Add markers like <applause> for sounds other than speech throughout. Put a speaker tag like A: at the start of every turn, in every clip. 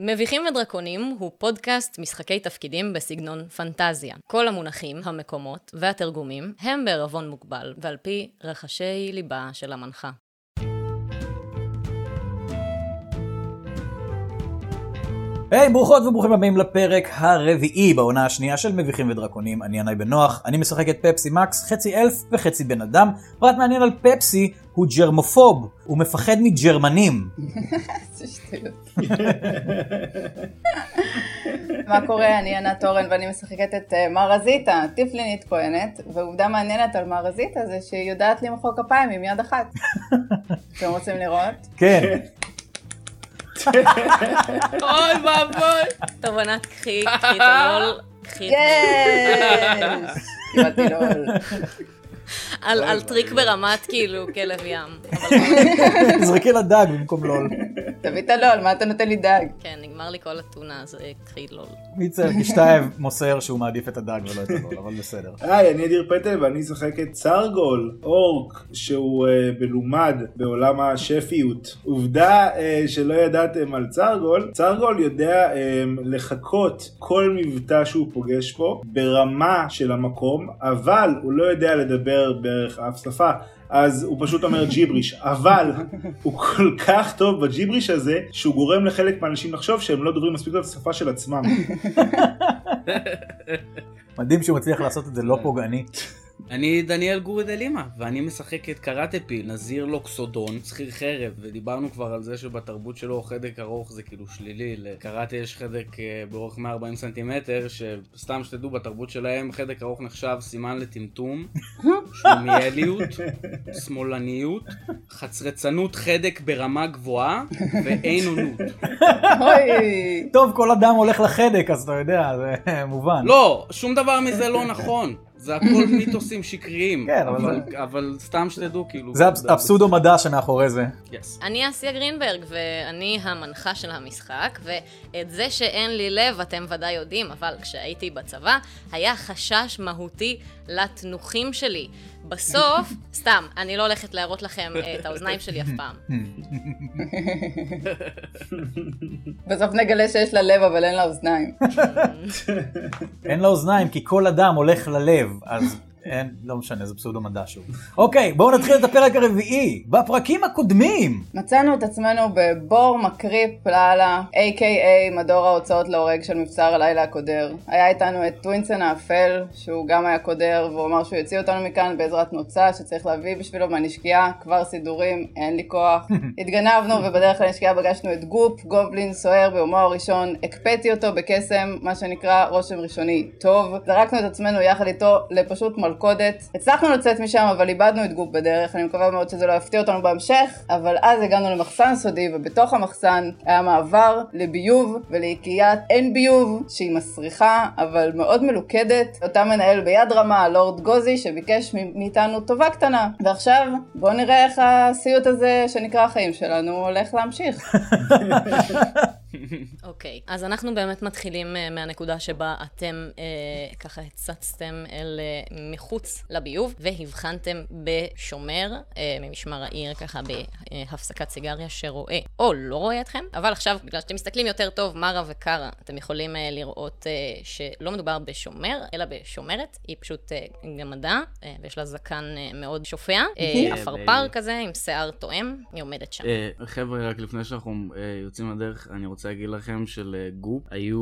A: מביכים ודרקונים הוא פודקאסט משחקי תפקידים בסגנון פנטזיה. כל המונחים, המקומות והתרגומים הם בערבון מוגבל ועל פי רחשי ליבה של המנחה.
B: היי, hey, ברוכות וברוכים הבאים לפרק הרביעי בעונה השנייה של מביכים ודרקונים, אני ינאי בן נוח, אני משחק את פפסי מקס, חצי אלף וחצי בן אדם. פרט מעניין על פפסי, הוא ג'רמופוב, הוא מפחד מג'רמנים.
C: איזה שטויות. <laughs> מה קורה? אני ענת אורן ואני משחקת את אה, מרזיטה, טיפלינית כהנת, ועובדה מעניינת על מרזיטה זה שהיא יודעת למחוא כפיים עם יד אחת. אתם רוצים לראות?
B: כן,
A: אוי ואבוי! טוב ענת, קחי, קחי <laughs> את הלול, קחי את
C: יש! קיבלתי לול.
A: הלול. על טריק ברמת כאילו כלב ים. אבל
B: זרקי לדג במקום לול.
C: תביא את הלול, מה אתה נותן לי דג?
A: כן, נגמר לי כל אתונה, אז אה, קחי לול.
B: מיצר גישטייב מוסר שהוא מעדיף את הדג ולא את הלול, אבל בסדר.
D: היי, אני אדיר פטל ואני אשחק את סרגול, אורק, שהוא אה, מלומד בעולם השפיות. עובדה אה, שלא ידעתם על סרגול, סרגול יודע אה, לחקות כל מבטא שהוא פוגש פה ברמה של המקום, אבל הוא לא יודע לדבר בערך אף שפה. אז הוא פשוט אומר ג'יבריש, אבל הוא כל כך טוב בג'יבריש הזה, שהוא גורם לחלק מהאנשים לחשוב שהם לא דוברים מספיק טוב את השפה של עצמם.
B: מדהים שהוא מצליח לעשות את זה לא פוגעני.
E: אני דניאל גורדלימה, ואני משחק את קראטה פיל, נזיר לוקסודון, שכיר חרב, ודיברנו כבר על זה שבתרבות שלו חדק ארוך זה כאילו שלילי, לקראטה יש חדק אה, באורך 140 סנטימטר, שסתם שתדעו, בתרבות שלהם חדק ארוך נחשב סימן
B: <laughs>
E: לטמטום, שלומיאליות, שמאלניות, חצרצנות חדק ברמה גבוהה, ואין
B: <laughs>
E: עונות.
C: אוי!
B: טוב, כל אדם הולך לחדק, אז אתה יודע, זה מובן.
E: לא, שום דבר מזה לא נכון. זה הכל מיתוסים שקריים,
B: כן, אבל
E: אבל, אבל סתם שתדעו, כאילו...
B: זה הפס- הפסודו מדע שמאחורי זה.
E: Yes.
A: אני אסיה גרינברג, ואני המנחה של המשחק, ואת זה שאין לי לב אתם ודאי יודעים, אבל כשהייתי בצבא, היה חשש מהותי לתנוחים שלי. בסוף, סתם, אני לא הולכת להראות לכם אה, את האוזניים שלי אף פעם.
C: בסוף נגלה שיש לה לב אבל אין לה אוזניים.
B: אין לה אוזניים, כי כל אדם הולך ללב, אז אין, לא משנה, זה פסודו מדע שוב. אוקיי, בואו נתחיל את הפרק הרביעי. בפרקים הקודמים,
C: מצאנו את עצמנו בבור מקריפ לאללה, a.k.a מדור ההוצאות להורג של מבצר הלילה הקודר. היה איתנו את טווינסן האפל, שהוא גם היה קודר, והוא אמר שהוא יוציא אותנו מכאן בעזרת נוצה שצריך להביא בשבילו מהנשקייה, כבר סידורים, אין לי כוח. התגנבנו ובדרך לנשקייה פגשנו את גופ, גובלין סוער ביומו הראשון, הקפאתי אותו בקסם, מה שנקרא רושם ראשוני טוב, זרקנו את עצמנו יחד איתו לפשוט מלכודת. הצלחנו לצאת משם, אבל איבדנו את גופ בדרך, אני מקווה מאוד שזה לא יפתיע אותנו בהמשך, אבל אז הגענו למחסן סודי, ובתוך המחסן היה מעבר לביוב ולעיקיית אין ביוב, שהיא מסריחה, אבל מאוד מלוכדת. אותה מנהל ביד רמה, הלורד גוזי, שביקש מ- מאיתנו טובה קטנה. ועכשיו, בואו נראה איך הסיוט הזה, שנקרא החיים שלנו, הולך להמשיך.
A: אוקיי, אז אנחנו באמת מתחילים אה, מהנקודה שבה אתם אה, ככה הצצתם אל אה, מחוץ לביוב, והבחנתם בשומר אה, ממשמר העיר, ככה בהפסקת סיגריה, שרואה או לא רואה אתכם, אבל עכשיו, בגלל שאתם מסתכלים יותר טוב, מרה וקארה, אתם יכולים אה, לראות אה, שלא מדובר בשומר, אלא בשומרת, היא פשוט אה, גמדה, אה, ויש לה זקן אה, מאוד שופע, אה, עפרפר
E: baby.
A: כזה, עם שיער תואם, היא עומדת שם.
E: אה, חבר'ה, רק לפני שאנחנו אה, יוצאים לדרך, אני רוצה להגיד לכם שלגופ היו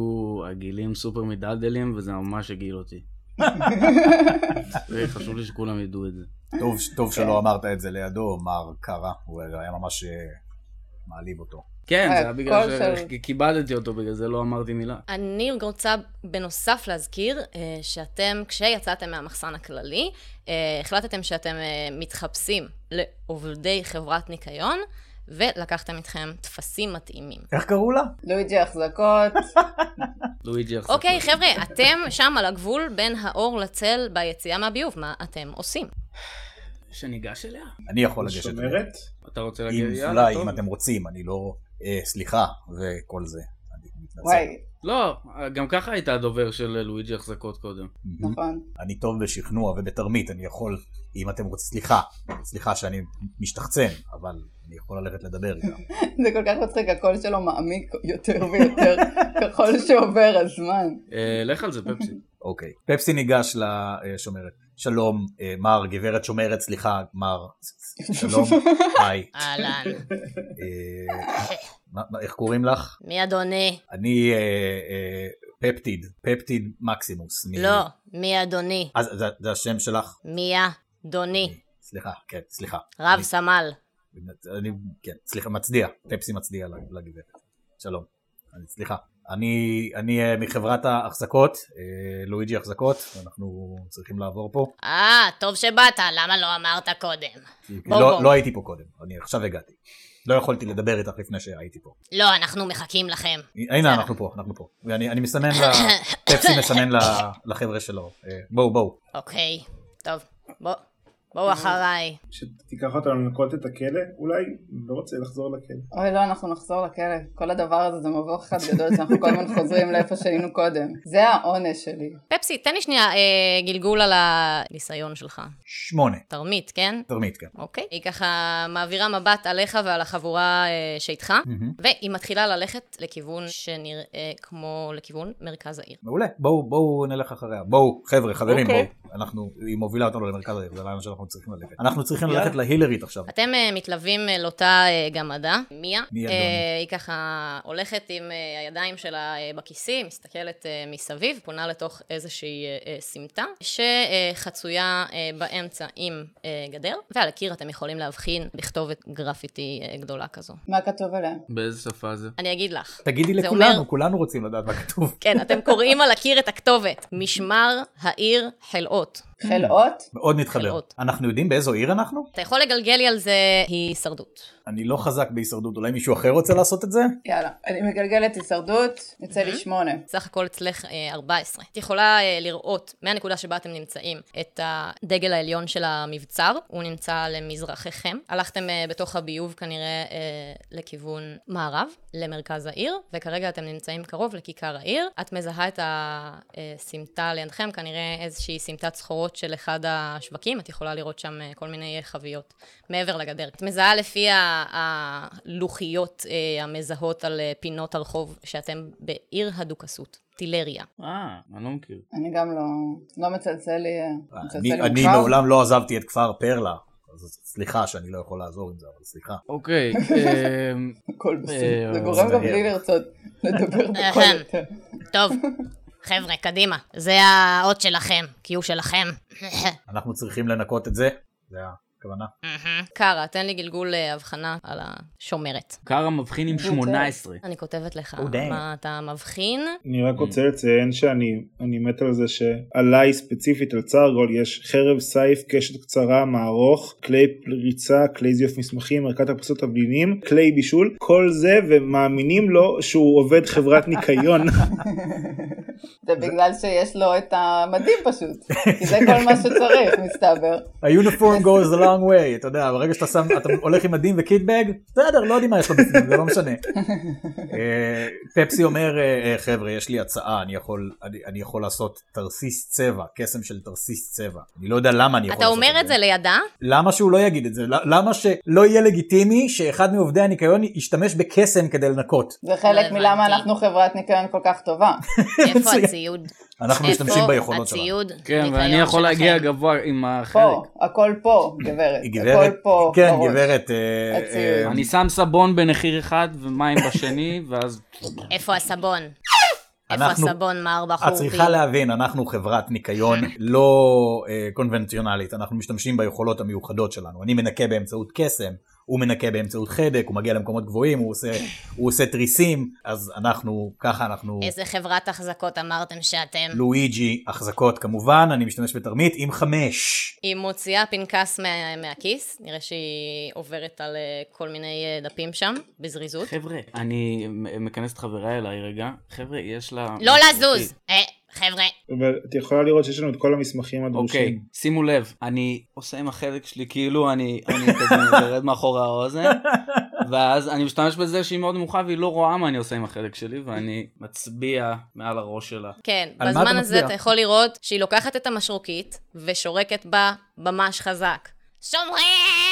E: עגילים סופר מדלדלים, וזה ממש הגעיל אותי. <laughs> זה חשוב לי שכולם ידעו את זה.
B: טוב, טוב שלא אמרת את זה לידו, מר קארה, הוא היה ממש אה, מעליב אותו.
E: כן, זה
C: אה,
E: היה בגלל
C: כל של-
E: שכיבדתי אותו, בגלל זה לא אמרתי מילה.
A: אני רוצה בנוסף להזכיר אה, שאתם, כשיצאתם מהמחסן הכללי, אה, החלטתם שאתם אה, מתחפשים לעובדי חברת ניקיון, ולקחתם איתכם טפסים מתאימים.
B: איך קראו לה?
C: לואיג'י החזקות,
E: לואיג'י יחסוך.
A: אוקיי, חבר'ה, אתם שם על הגבול בין האור לצל ביציאה מהביוב, מה אתם עושים?
E: שניגש אליה?
B: אני יכול לגשת.
D: זאת אומרת,
E: אתה רוצה
B: אם
E: להגיד? יאללה,
B: אולי,
E: טוב.
B: אם אתם רוצים, אני לא... אה, סליחה, וכל זה. אני
C: וואי,
E: לא, גם ככה הייתה הדובר של אה, לואיג'י החזקות קודם.
C: נכון.
B: אני טוב בשכנוע ובתרמית, אני יכול, אם אתם רוצים, סליחה, סליחה שאני משתחצן, אבל אני יכול ללכת לדבר איתם.
C: זה כל כך מצחיק, הקול שלו מעמיק יותר ויותר ככל שעובר הזמן.
E: אה, לך על זה, פפסי. <laughs>
B: אוקיי. פפסי ניגש לשומרת. שלום, אה, מר, גברת שומרת, סליחה, מר, שלום, היי.
A: אהלן,
B: אה, מה- מה- איך קוראים לך?
A: <laughs> מי אדוני?
B: אני אה, אה, פפטיד, פפטיד מקסימוס. מ-
A: לא, מי אדוני?
B: אז זה- זה השם שלך?
A: מיה, דוני,
B: סליחה, כן, סליחה.
A: רב סמל.
B: אני, כן, סליחה, מצדיע, פפסי מצדיע לגברת. שלום. אני- סליחה. אני, אני אה, מחברת ההחזקות, אה, לואיג'י החזקות, אנחנו צריכים לעבור פה.
A: אה, טוב שבאת, למה לא אמרת קודם?
B: כי- כי
A: בוא,
B: לא,
A: בוא.
B: לא הייתי פה קודם, אני עכשיו הגעתי. לא יכולתי לדבר איתך לפני שהייתי פה.
A: לא, אנחנו מחכים לכם.
B: הנה, אנחנו פה, אנחנו פה. ואני אני מסמן, ל- פפסי מסמן ל- לחבר'ה שלו. אה, בואו, בואו.
A: אוקיי, טוב, בוא- בואו אחריי.
D: שתיקח אותנו לנקות את הכלא אולי? לא רוצה לחזור לכלא.
C: אוי לא, אנחנו נחזור לכלא. כל הדבר הזה זה מבוך אחד גדול שאנחנו כל הזמן חוזרים לאיפה שהיינו קודם. זה העונש שלי.
A: פפסי, תן לי שנייה אה, גלגול על הניסיון שלך.
B: שמונה.
A: תרמית, כן?
B: תרמית, כן.
A: אוקיי. היא ככה מעבירה מבט עליך ועל החבורה אה, שאיתך,
B: מהמם.
A: והיא מתחילה ללכת לכיוון שנראה כמו לכיוון מרכז העיר.
B: מעולה, בואו בואו נלך אחריה. בואו, חבר'ה, חברים,
E: אוקיי.
B: בואו. אנחנו, היא מובילה אותנו למרכז העיר, זה לאן שאנחנו צריכים ללכת. אנחנו צריכים
E: יאללה.
B: ללכת להילרית עכשיו.
A: אתם אה, מתלווים אל אותה אה, גמדה, מיה.
B: מיה,
A: אה,
B: אדוני.
A: היא ככה הולכת עם אה, הידיים שלה אה, בכיסים, מסתכלת אה, מסביב, פונה לתוך איזושהי אה, אה, סמטה, שחצויה אה, באמצע עם אה, גדר, ועל הקיר אתם יכולים להבחין בכתובת גרפיטי אה, גדולה כזו.
C: מה כתוב עליהם?
E: באיזה שפה זה?
A: אני אגיד לך.
B: תגידי
A: זה
B: לכולנו,
A: אומר-
B: כולנו רוצים לדעת מה כתוב.
A: כן, אתם קוראים על הקיר את הכתובת. משמר העיר חלאות.
C: חלאות?
B: מאוד מתחבר.
A: חלאות.
B: אנחנו יודעים באיזו עיר אנחנו?
A: אתה יכול לגלגל לי על זה הישרדות.
B: אני לא חזק בהישרדות, אולי מישהו אחר רוצה לעשות את זה?
C: יאללה. אני מגלגלת הישרדות, יוצא לי שמונה.
A: סך הכל אצלך אה, 14. את יכולה אה, לראות מהנקודה שבה אתם נמצאים את הדגל העליון של המבצר, הוא נמצא למזרחכם. הלכתם אה, בתוך הביוב כנראה אה, לכיוון מערב, למרכז העיר, וכרגע אתם נמצאים קרוב לכיכר העיר. את מזהה את הסמטה לידכם, כנראה איזושהי סמטת סחורות של אחד השווקים, את יכולה לראות שם אה, כל מיני אה, חביות מעבר לגדר. את מזהה לפי ה- הלוחיות אה, המזהות על אה, פינות הרחוב שאתם בעיר הדוכסות, טילריה.
E: אה, אני לא מכיר.
C: אני גם לא... לא מצלצל לי... אה, מצלצל
B: אני
C: לי
B: אני
C: בכלל.
B: מעולם לא עזבתי את כפר פרלה. אז סליחה שאני לא יכול לעזור עם זה, אבל סליחה.
E: אוקיי, אמ,
C: הכל בסדר.
E: אה,
C: זה גורם גם
B: זה
C: לי לרצות לדבר בכל
A: אהם.
C: יותר.
A: טוב, חבר'ה, קדימה. זה האות שלכם, כי הוא שלכם. <laughs>
B: אנחנו צריכים לנקות את זה? זה הכוונה?
A: קארה, תן לי גלגול אה, הבחנה על השומרת.
E: קארה מבחין עם 18.
A: אני כותבת לך
B: Oh, damn.
A: מה אתה מבחין.
D: אני רק רוצה לציין שאני אני מת על זה שעליי ספציפית על צרגול יש חרב סייף קשת קצרה מערוך כלי פריצה כלי זיוף מסמכים ערכת הפסות תבלינים כלי בישול כל זה ומאמינים לו שהוא עובד חברת ניקיון
C: זה בגלל שיש לו את המדים פשוט. כי זה כל מה שצריך, מסתבר.
B: היוניפורם goes a long way, אתה יודע, ברגע שאתה שם, אתה הולך עם מדים וקיטבג, בסדר, לא יודעים מה יש לו בפנים, זה לא <laughs> משנה. אה, פפסי אומר, אה, אה, חבר'ה, יש לי הצעה, אני יכול, אני, אני יכול לעשות תרסיס צבע, קסם של תרסיס צבע. אני לא יודע למה אני יכול
A: אתה
B: לעשות
A: אומר את זה
B: <laughs>
A: לידה?
B: למה שהוא לא יגיד את זה? למה שלא יהיה לגיטימי שאחד מעובדי הניקיון ישתמש בקסם כדי לנקות?
C: זה
A: לא
C: חלק
A: הבנתי.
C: מלמה אנחנו חברת ניקיון כל כך טובה.
A: איפה
B: מצוין.
A: הציוד?
B: אנחנו משתמשים ביכולות
A: איפה
B: שלנו.
A: הציוד?
E: כן, ואני
A: ניקיון
E: יכול להגיע
A: שלכם.
E: גבוה עם החלק.
C: פה, הכל פה, גברת.
B: היא
C: הכל פה,
B: כן,
C: בראש.
B: גברת, אה,
C: הציוד.
B: אה,
E: כן. אני שם סבון בנחיר אחד ומים
B: <laughs>
E: בשני, ואז...
A: איפה הסבון? איפה
B: אנחנו-
A: הסבון, מר בחור?
B: את צריכה להבין, אנחנו חברת ניקיון <laughs> לא אה, קונבנציונלית, אנחנו משתמשים ביכולות המיוחדות שלנו. אני מנקה באמצעות קסם, הוא מנקה באמצעות חדק, הוא מגיע למקומות גבוהים, הוא עושה, הוא עושה תריסים, אז אנחנו, ככה אנחנו...
A: איזה חברת החזקות אמרתם שאתם?
B: לא. לואיג'י, החזקות כמובן, אני משתמש בתרמית עם חמש.
A: היא מוציאה פנקס מה, מהכיס, נראה שהיא עוברת על אה, כל מיני אה, דפים שם, בזריזות.
E: חבר'ה, אני מכנס את חבריי אליי רגע. חבר'ה, יש לה... אוקיי.
A: לא
B: אוקיי.
A: לזוז! אה, חבר'ה,
D: אבל את יכולה לראות שיש לנו את כל המסמכים
E: אוקיי,
D: הדרושים.
E: שימו
B: <laughs>
E: לב, אני עושה עם החלק שלי כאילו אני אני כזה מגרד מאחורי האוזן, ואז אני משתמש בזה שהיא מאוד נמוכה והיא לא רואה מה אני עושה עם החלק שלי, ואני מצביע מעל הראש שלה.
A: כן,
B: על מה אתה
A: בזמן הזה
B: מצביע?
A: אתה יכול לראות שהיא לוקחת את המשרוקית ושורקת בה ממש חזק.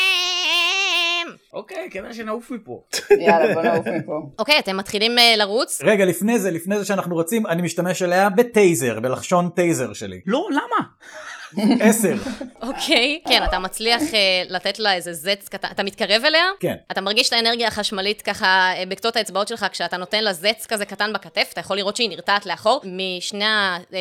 A: שומרים!
E: אוקיי, כדאי שנעוף מפה.
C: <laughs> יאללה, בוא נעוף מפה.
A: אוקיי, אתם מתחילים אה, לרוץ?
B: רגע, לפני זה, לפני זה שאנחנו רצים, אני משתמש עליה בטייזר, בלחשון טייזר שלי.
E: לא, למה?
B: עשר.
A: אוקיי. כן, אתה מצליח אה, לתת לה איזה זץ קטן. אתה מתקרב אליה?
B: כן.
A: אתה מרגיש את האנרגיה החשמלית ככה אה, בקצות האצבעות שלך, כשאתה נותן לה זץ כזה קטן בכתף, אתה יכול לראות שהיא נרתעת לאחור. משני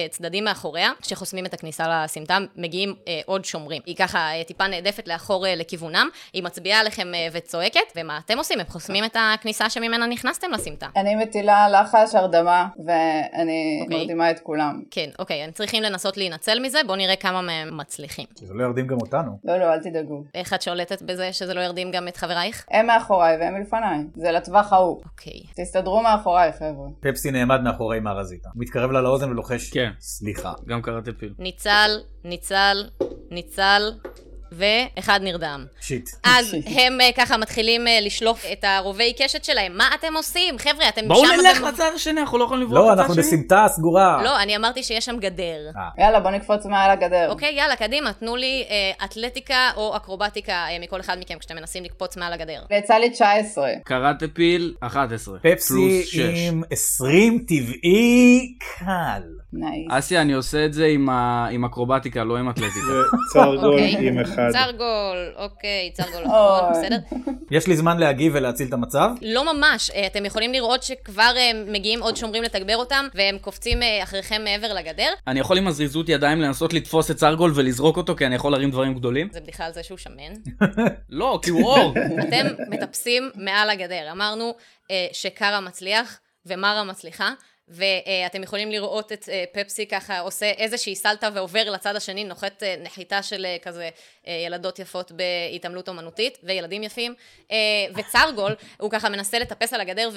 A: הצדדים מאחוריה, שחוסמים את הכניסה לסמטה, מגיעים אה, עוד שומרים. היא ככה אה, טיפה נעדפת לאחור אה, לכיוונם, היא מצביעה עליכם אה, וצועקת, ומה אתם עושים? הם חוסמים את הכניסה שממנה נכנסתם לסמטה.
C: אני מטילה לחש, הרדמה, ואני
A: אוקיי.
C: מרדימה את כולם.
A: כן, אוקיי, הם צריכים לנסות להינצל מזה, בואו נראה כמה מהם מצליחים.
B: זה לא יורדים גם אותנו.
C: לא, לא, אל תדאגו.
A: איך את שולטת בזה שזה לא ירדים גם את חברייך?
C: הם מאחוריי והם מלפניי. זה לטווח ההוא.
A: אוקיי.
C: תסתדרו מאחוריי, חבר'ה.
B: פפסי נעמד מאחורי מארזיטה. הוא מתקרב לה לאוזן ולוחש.
E: כן.
B: סליחה.
E: גם קראתי פיל.
A: ניצל, ניצל, ניצל, ואחד
E: <laughs>
A: נרדם.
B: שיט.
A: אז הם אה, ככה מתחילים אה, לשלוף את הרובי קשת שלהם. מה אתם עושים? חבר'ה, אתם
E: בואו
A: שם...
E: נלך
A: אתם-
E: לצד השני, אנחנו לא יכולים לברוח
B: לא,
E: לצד
B: אנחנו
E: השני.
B: בסמטה סגורה.
A: לא, אני אמרתי שיש שם גדר.
C: יאללה, בוא נקפוץ מעל הגדר.
A: אוקיי, יאללה, קדימה, תנו לי אה, אתלטיקה או אקרובטיקה אה, מכל אחד מכם כשאתם מנסים לקפוץ מעל הגדר.
C: ויצא לי 19.
E: קראתי פיל 11.
B: פפסי
E: פלוס 6.
B: עם 20 טבעי קל.
C: נייס.
E: אסי, אני עושה את זה עם ה- עם אקרובטיקה, לא
D: <laughs>
E: עם אתלטיקה.
D: וצרגול
A: אוקיי.
D: עם אחד.
A: צרגול, אוקיי, צרגול,
C: אוי.
A: נכון, בסדר?
B: יש לי זמן להגיב ולהציל את המצב?
A: לא ממש, אה, אתם יכולים לראות שכבר אה, מגיעים עוד שומרים לתגבר אותם, והם קופצים אה, אחריכם מעבר לגדר.
E: אני יכול עם הזריזות ידיים לנסות לתפוס את סרגול ולזרוק אותו, כי אני יכול להרים דברים גדולים?
A: זה בדיחה על זה שהוא שמן.
E: לא, כי הוא אור.
A: אתם מטפסים מעל הגדר. אמרנו אה, שקארה מצליח ומרה מצליחה. ואתם יכולים לראות את אה, פפסי ככה עושה איזושהי סלטה ועובר לצד השני, נוחת אה, נחיתה של אה, כזה אה, ילדות יפות בהתעמלות אומנותית וילדים יפים. אה, וצרגול, הוא ככה מנסה לטפס על הגדר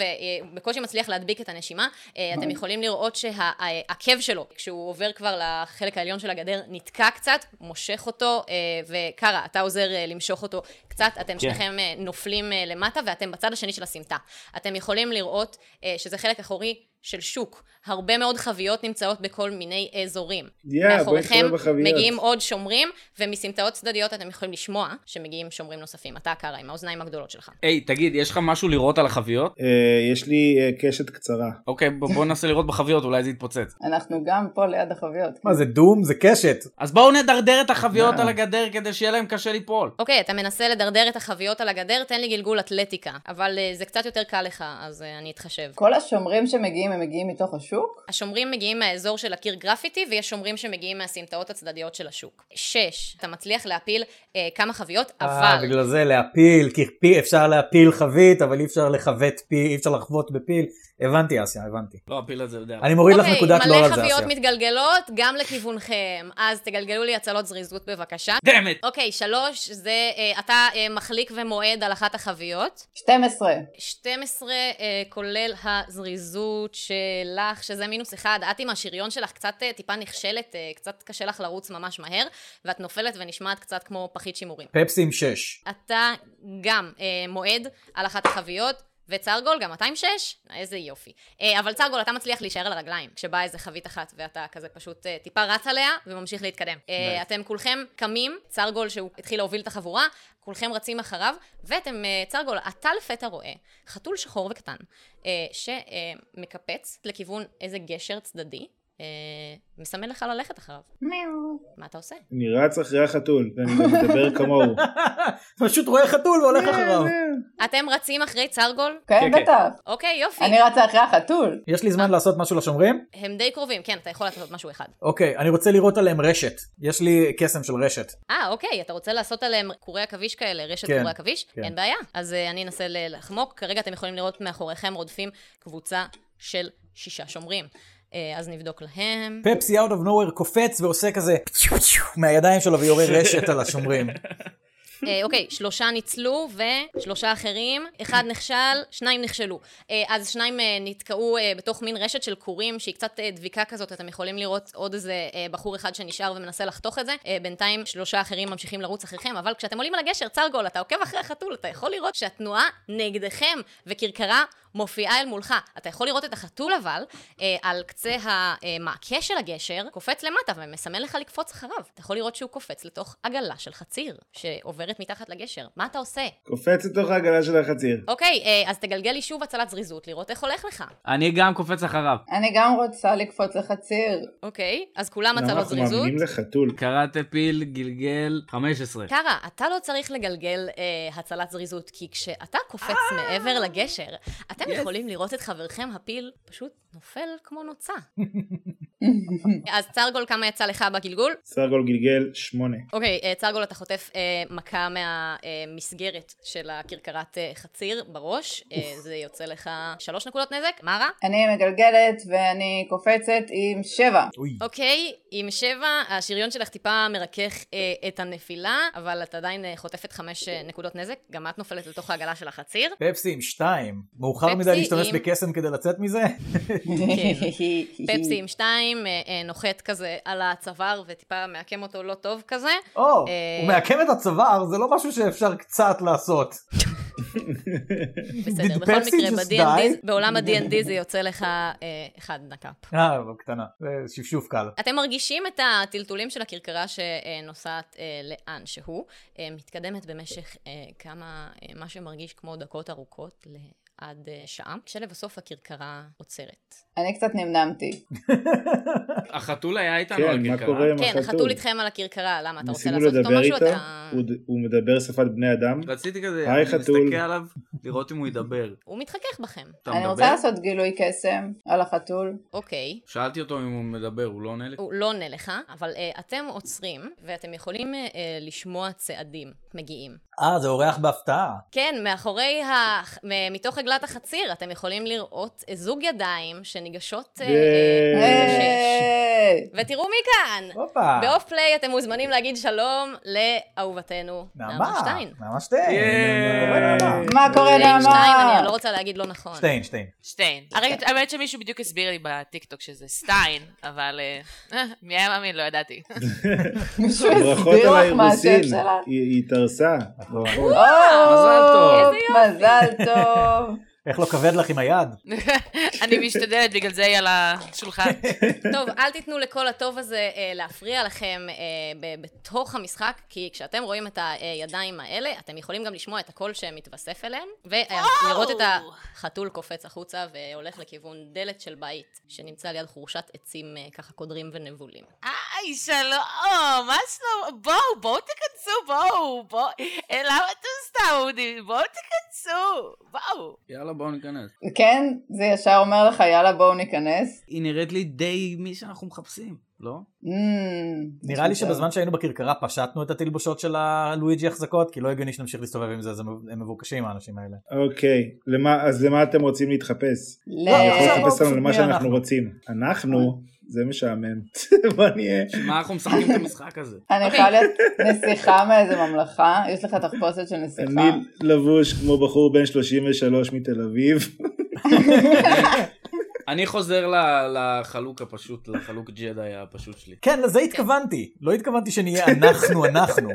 A: ובקושי מצליח להדביק את הנשימה. אה, אתם יכולים לראות שהעקב שלו, כשהוא עובר כבר לחלק העליון של הגדר, נתקע קצת, מושך אותו, אה, וקארה, אתה עוזר אה, למשוך אותו קצת, אתם שניכם... אתם אה, נופלים אה, למטה ואתם בצד השני של הסמטה. אתם יכולים לראות אה, שזה חלק אחורי של שוק. הרבה מאוד חביות נמצאות בכל מיני אזורים.
D: יא, בואי
A: מאחוריכם
D: נתקרב לחביות.
A: מגיעים עוד שומרים, ומסמטאות צדדיות אתם יכולים לשמוע שמגיעים שומרים נוספים. אתה קרא עם האוזניים הגדולות שלך.
E: היי, תגיד, יש לך משהו לראות על החביות?
D: אה, יש לי אה, קשת קצרה.
E: אוקיי, ב- בוא ננסה לראות בחביות, אולי זה יתפוצץ.
C: אנחנו גם פה ליד החביות.
B: מה זה דום? זה קשת.
E: אז בואו נדרדר את החביות על הגדר כדי שיהיה להם קשה ליפול.
A: אוקיי, אתה מנסה לדרדר את החביות על הגדר, תן לי גלגול אתלטיקה. אבל אה, זה קצת יותר קל לך, אז אה, אני אתחשב.
C: כל השומרים שמגיעים, הם מגיעים מתוך השוק?
A: השומרים מגיעים מהאזור של הקיר גרפיטי, ויש שומרים שמגיעים מהסמטאות הצדדיות של השוק. שש, אתה מצליח להפיל אה, כמה חביות,
B: אה,
A: אבל...
B: בגלל זה להפיל, כי פי, אפשר להפיל חבית, אבל אי אפשר לחבט פי, אי אפשר לחבוט בפיל. הבנתי אסיה, הבנתי.
E: לא, הפיל הזה יודע.
B: אני מוריד לך נקודת לא
A: אוקיי, מלא
B: על זה
A: חביות
B: אסיה.
A: מתגלגלות, גם לכיוונכם. אז תגלגלו לי הצלות זריזות בבקשה.
E: דמת!
A: אוקיי, שלוש, זה אה, אתה אה, מחליק ומועד על אחת החביות.
C: 12.
A: 12, אה, כולל הזריזות שלך, שזה מינוס אחד. את עם השריון שלך קצת אה, טיפה נכשלת, אה, קצת קשה לך לרוץ ממש מהר, ואת נופלת ונשמעת קצת כמו פחית שימורים.
B: פפסי עם 6.
A: אתה גם אה, מועד על אחת החביות. וצרגול, גם 206, איזה יופי. אה, אבל צרגול, אתה מצליח להישאר על הרגליים, כשבאה איזה חבית אחת ואתה כזה פשוט אה, טיפה רץ עליה וממשיך להתקדם. אה,
E: Nice.
A: אתם כולכם קמים, צרגול שהוא התחיל להוביל את החבורה, כולכם רצים אחריו, ואתם, אה, צרגול, אתה לפתע רואה חתול שחור וקטן, אה, שמקפץ לכיוון איזה גשר צדדי, אה, מסמן לך ללכת אחריו. מה אתה עושה?
D: אני רץ אחרי החתול, ואני גם מדבר כמוהו.
B: פשוט רואה חתול והולך אחריו.
A: אתם רצים אחרי צרגול?
C: כן,
E: כן.
C: בטח.
A: אוקיי, יופי.
C: אני רצה אחרי החתול.
B: יש לי
A: אה.
B: זמן לעשות משהו לשומרים?
A: הם די קרובים, כן, אתה יכול לעשות משהו אחד.
B: אוקיי, אני רוצה לראות עליהם רשת. יש לי קסם של רשת.
A: אה, אוקיי, אתה רוצה לעשות עליהם קורי עכביש כאלה, רשת
B: כן,
A: קורי עכביש?
B: כן.
A: אין בעיה. אז אה, אני אנסה ל- לחמוק. כרגע אתם יכולים לראות מאחוריכם רודפים קבוצה של שישה שומרים. אה, אז נבדוק להם.
B: פפסי out of nowhere קופץ ועושה כזה מהידיים שלו ויורה רשת על השומרים.
A: אה, אוקיי, שלושה ניצלו ושלושה אחרים, אחד נכשל, שניים נכשלו. אה, אז שניים אה, נתקעו אה, בתוך מין רשת של כורים שהיא קצת אה, דביקה כזאת, אתם יכולים לראות עוד איזה אה, בחור אחד שנשאר ומנסה לחתוך את זה. אה, בינתיים שלושה אחרים ממשיכים לרוץ אחריכם, אבל כשאתם עולים על הגשר, צרגול, אתה עוקב אחרי החתול, אתה יכול לראות שהתנועה נגדכם וכרכרה מופיעה אל מולך. אתה יכול לראות את החתול אבל, אה, על קצה המעקה של הגשר, קופץ למטה ומסמן לך לקפוץ אחריו. אתה יכול לראות שהוא קופץ לתוך עגלה של חציר, שעוברת מתחת לגשר. מה אתה עושה?
D: קופץ לתוך העגלה של החציר.
A: אוקיי, אה, אז תגלגל לי שוב הצלת זריזות, לראות איך הולך לך.
E: אני גם קופץ אחריו.
C: אני גם רוצה לקפוץ לחציר.
A: אוקיי, אז כולם
D: למה
A: הצלות
D: אנחנו
A: זריזות.
D: מאמינים לחתול?
E: קראטה פיל גלגל 15.
A: קארה, אתה לא צריך לגלגל אה, הצלת זריזות, כי כשאתה קופץ מעבר לגשר, אתם יכולים לראות את חברכם הפיל פשוט נופל כמו נוצה. אז צרגול, כמה יצא לך בגלגול?
D: סרגול גלגל שמונה.
A: אוקיי, אה, צרגול, אתה חוטף אה, מכה מהמסגרת של הכרכרת אה, חציר בראש, אה, זה יוצא לך שלוש נקודות נזק, מה רע?
C: אני מגלגלת ואני קופצת עם שבע.
B: אוי.
A: אוקיי, עם שבע, השריון שלך טיפה מרכך אה, את הנפילה, אבל את עדיין אה, חוטפת חמש אה, נקודות נזק, גם את נופלת לתוך העגלה של החציר.
B: פפסי עם שתיים. מאוחר
A: פפסי
B: מדי להשתמש
A: עם-
B: בקסם כדי לצאת מזה?
A: כן. פפסי עם שתיים, אה, אה, נוחת כזה על הצוואר וטיפה מעקם אותו לא טוב כזה.
B: או,
A: אה.
B: הוא מעקם את הצוואר, זה לא משהו שאפשר קצת לעשות.
A: בסדר,
B: Did
A: בכל
B: Pepsi
A: מקרה,
B: just
A: ב-D&D,
B: die?
A: בעולם ה-D&D זה יוצא לך אה, אחד נקאפ.
B: אה, אבל קטנה. זה שפשוף קל.
A: אתם מרגישים את הטלטולים של הכרכרה שנוסעת אה, לאן שהוא, אה, מתקדמת במשך אה, כמה, אה, מה שמרגיש כמו דקות ארוכות ל... עד אה, שעה, כשלבסוף הכרכרה עוצרת.
C: אני קצת נמנמתי.
E: החתול היה איתנו
D: כן,
E: על
D: מה
E: כרכרה.
D: קורה עם
A: כן, החתול
D: החתול?
A: איתכם על הכרכרה, למה? אתה רוצה
D: ניסינו
A: לעשות איתו
D: לדבר
A: משהו?
D: איתו,
A: אתה...
D: הוא ד- הוא מדבר שפת בני אדם.
E: רציתי כזה,
D: היי,
E: אני
D: חתול.
E: מסתכל עליו, לראות אם הוא ידבר.
A: הוא מתחכך בכם.
E: אתה
C: אני
E: מדבר?
C: רוצה לעשות גילוי קסם על החתול.
A: אוקיי.
E: שאלתי אותו אם הוא מדבר, הוא לא עונה לי.
A: הוא לא עונה לך, אבל uh, אתם עוצרים, ואתם יכולים uh, uh, לשמוע צעדים מגיעים.
B: אה, זה אורח בהפתעה.
A: כן, מאחורי ה... מ- מתוך עגלת החציר, אתם יכולים לראות אה, זוג ידיים שניגשות... אה, אה,
D: אה.
A: לשש.
C: היי!
A: ותראו מי כאן!
B: הופה.
A: באוף פליי אתם מוזמנים להגיד שלום לאהובתנו, נעמה שטיין.
B: נעמה שטיין.
E: ייי.
B: נעמה, נעמה.
C: מה קורה
A: שטיין, שטיין,
C: נעמה?
A: אה, אני לא רוצה להגיד לא נכון.
B: שטיין, שטיין.
F: שטיין. הרגע- האמת שמישהו בדיוק הסביר לי בטיקטוק שזה סטיין, אבל אה, אה, מי היה מאמין? לא ידעתי.
C: מישהו
D: ברכות
C: הסביר
D: על
C: לך מה השם
D: האירוסין,
C: שלה.
D: היא היא התארסה. ברכות.
C: או,
A: אה,
E: מזל טוב.
C: מזל טוב.
B: איך לא כבד לך עם היד?
F: אני משתדלת, בגלל זה היא על השולחן.
A: טוב, אל תיתנו לכל הטוב הזה אה, להפריע לכם אה, ב- בתוך המשחק, כי כשאתם רואים את הידיים האלה, אתם יכולים גם לשמוע את הקול שמתווסף אליהם, ולראות את החתול קופץ החוצה והולך לכיוון דלת של בית, שנמצא ליד חורשת עצים אה, ככה קודרים ונבולים.
F: היי, שלום, מה שלום? בואו, בואו תיכנסו, בואו, בואו. אה, למה אתם סתם עומדים? בואו תיכנסו, בואו.
E: יאללה, בואו ניכנס.
C: כן, זה ישר אומר לך, יאללה בואו ניכנס.
E: היא נראית לי די מי שאנחנו מחפשים, לא?
C: אמ,
B: נראה לי
C: טוב.
B: שבזמן שהיינו בכרכרה פשטנו את התלבושות של הלואיג'י החזקות, כי לא הגיוני שנמשיך להסתובב עם זה, זה מ- הם מבוקשים האנשים האלה.
D: אוקיי, למה- אז למה אתם רוצים להתחפש?
C: ל-
B: לא,
D: אנחנו
B: אה,
D: נחפש לנו
B: פשוט
D: למה
B: מי
D: שאנחנו
B: אנחנו?
D: רוצים. אנחנו? זה משעמם. <laughs> בוא נהיה.
E: מה אנחנו משחקים את המשחק הזה?
C: אני יכולה להיות נסיכה מאיזה ממלכה? יש לך תחפושת של נסיכה?
D: אני לבוש כמו בחור בן 33 מתל אביב.
E: אני חוזר ל- לחלוק הפשוט, לחלוק ג'די הפשוט שלי.
B: כן, לזה התכוונתי. לא התכוונתי שנהיה אנחנו
A: <laughs>
B: אנחנו.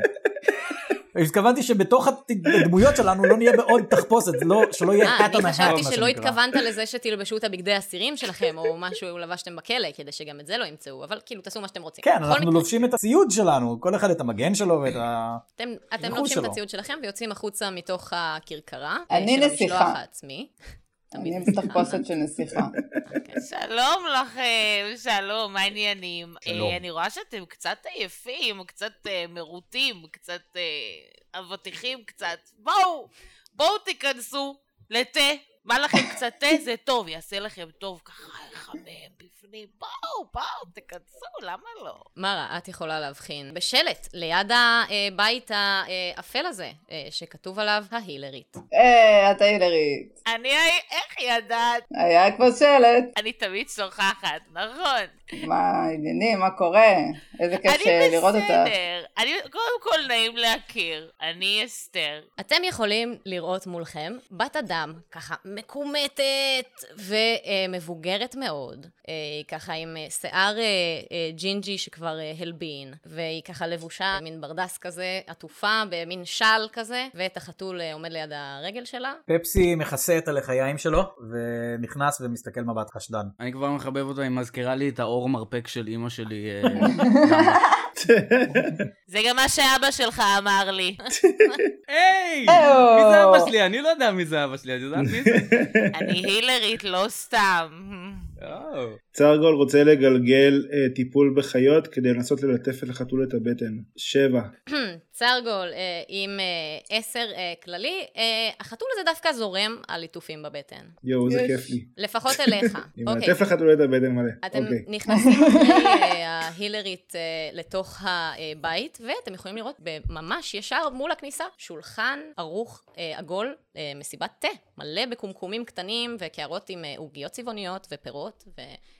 B: התכוונתי שבתוך הת- הדמויות שלנו לא נהיה בעוד תחפושת, לא- שלא יהיה
A: אה,
B: hat on a
A: אני
B: hat,
A: חשבתי
B: מה
A: שלא
B: שנקרא.
A: התכוונת לזה שתלבשו את הבגדי האסירים שלכם, או משהו לבשתם בכלא, כדי שגם את זה לא ימצאו, אבל כאילו, תעשו מה שאתם רוצים.
B: כן,
A: בכל
B: אנחנו
A: מקרה,
B: לובשים את הציוד שלנו, כל אחד את המגן שלו ואת ה...
A: אתם, אתם
B: מחוץ
A: לובשים את
B: שלו.
A: הציוד שלכם ויוצאים החוצה מתוך הכרכרה. אה,
C: אני
A: של
C: נסיכה.
A: המשלוח העצמי.
C: אני עם תחפושת של נסיכה.
F: שלום לכם, שלום, מה העניינים?
B: שלום.
F: אה, אני רואה שאתם קצת עייפים, קצת אה, מרוטים, קצת אה, אבטיחים קצת. בואו, בואו תיכנסו לתה. בא לכם קצת תה? זה טוב, יעשה לכם טוב ככה, יחמם בפנים. בואו, בואו, תיכנסו, למה לא?
A: מרה, את יכולה להבחין בשלט ליד הבית האפל הזה, אה, שכתוב עליו ההילרית.
C: היי, אה, את הילרית.
F: אני, איך ידעת?
C: היה כבר שלט.
F: אני תמיד שוכחת, נכון.
C: מה העניינים, מה קורה? איזה כיף לראות אותך.
F: אני בסדר. קודם כל נעים להכיר. אני אסתר.
A: אתם יכולים לראות מולכם בת אדם, ככה מקומטת ומבוגרת מאוד, אה, היא ככה עם אה, שיער אה, אה, ג'ינג'י שכבר אה, הלבין, והיא ככה לבושה במין ברדס כזה, עטופה במין של כזה, ואת החתול אה, עומד ליד הרגל שלה.
B: פפסי מכסה את הלחיים שלו, ונכנס ומסתכל מבט חשדן.
E: אני כבר מחבב אותה, היא מזכירה לי את האור מרפק של אימא שלי.
C: <laughs>
E: אה,
F: זה גם מה שאבא שלך אמר לי.
E: היי!
C: אהו.
E: מי זה אבא שלי? אני לא יודע מי זה אבא שלי, את יודעת
C: <laughs>
E: מי זה?
F: אני הילרית, לא סתם.
E: אהו.
D: צרגול רוצה לגלגל אה, טיפול בחיות כדי לנסות ללטף את החתול את הבטן. שבע.
A: <clears throat> צרגול אה, עם אה, עשר אה, כללי, אה, החתול הזה דווקא זורם על ליטופים בבטן.
D: יואו, איזה
C: יש.
D: כיף לי.
A: לפחות אליך.
D: אני
A: אוקיי.
D: מלטף לחתול את הבטן מלא.
A: אתם
D: אוקיי.
A: נכנסים אחרי אה, ההילרית אה, לתוך הבית, ואתם יכולים לראות ממש ישר מול הכניסה שולחן ערוך אה, עגול, אה, מסיבת תה, מלא בקומקומים קטנים וקערות עם אה, עוגיות צבעוניות ופירות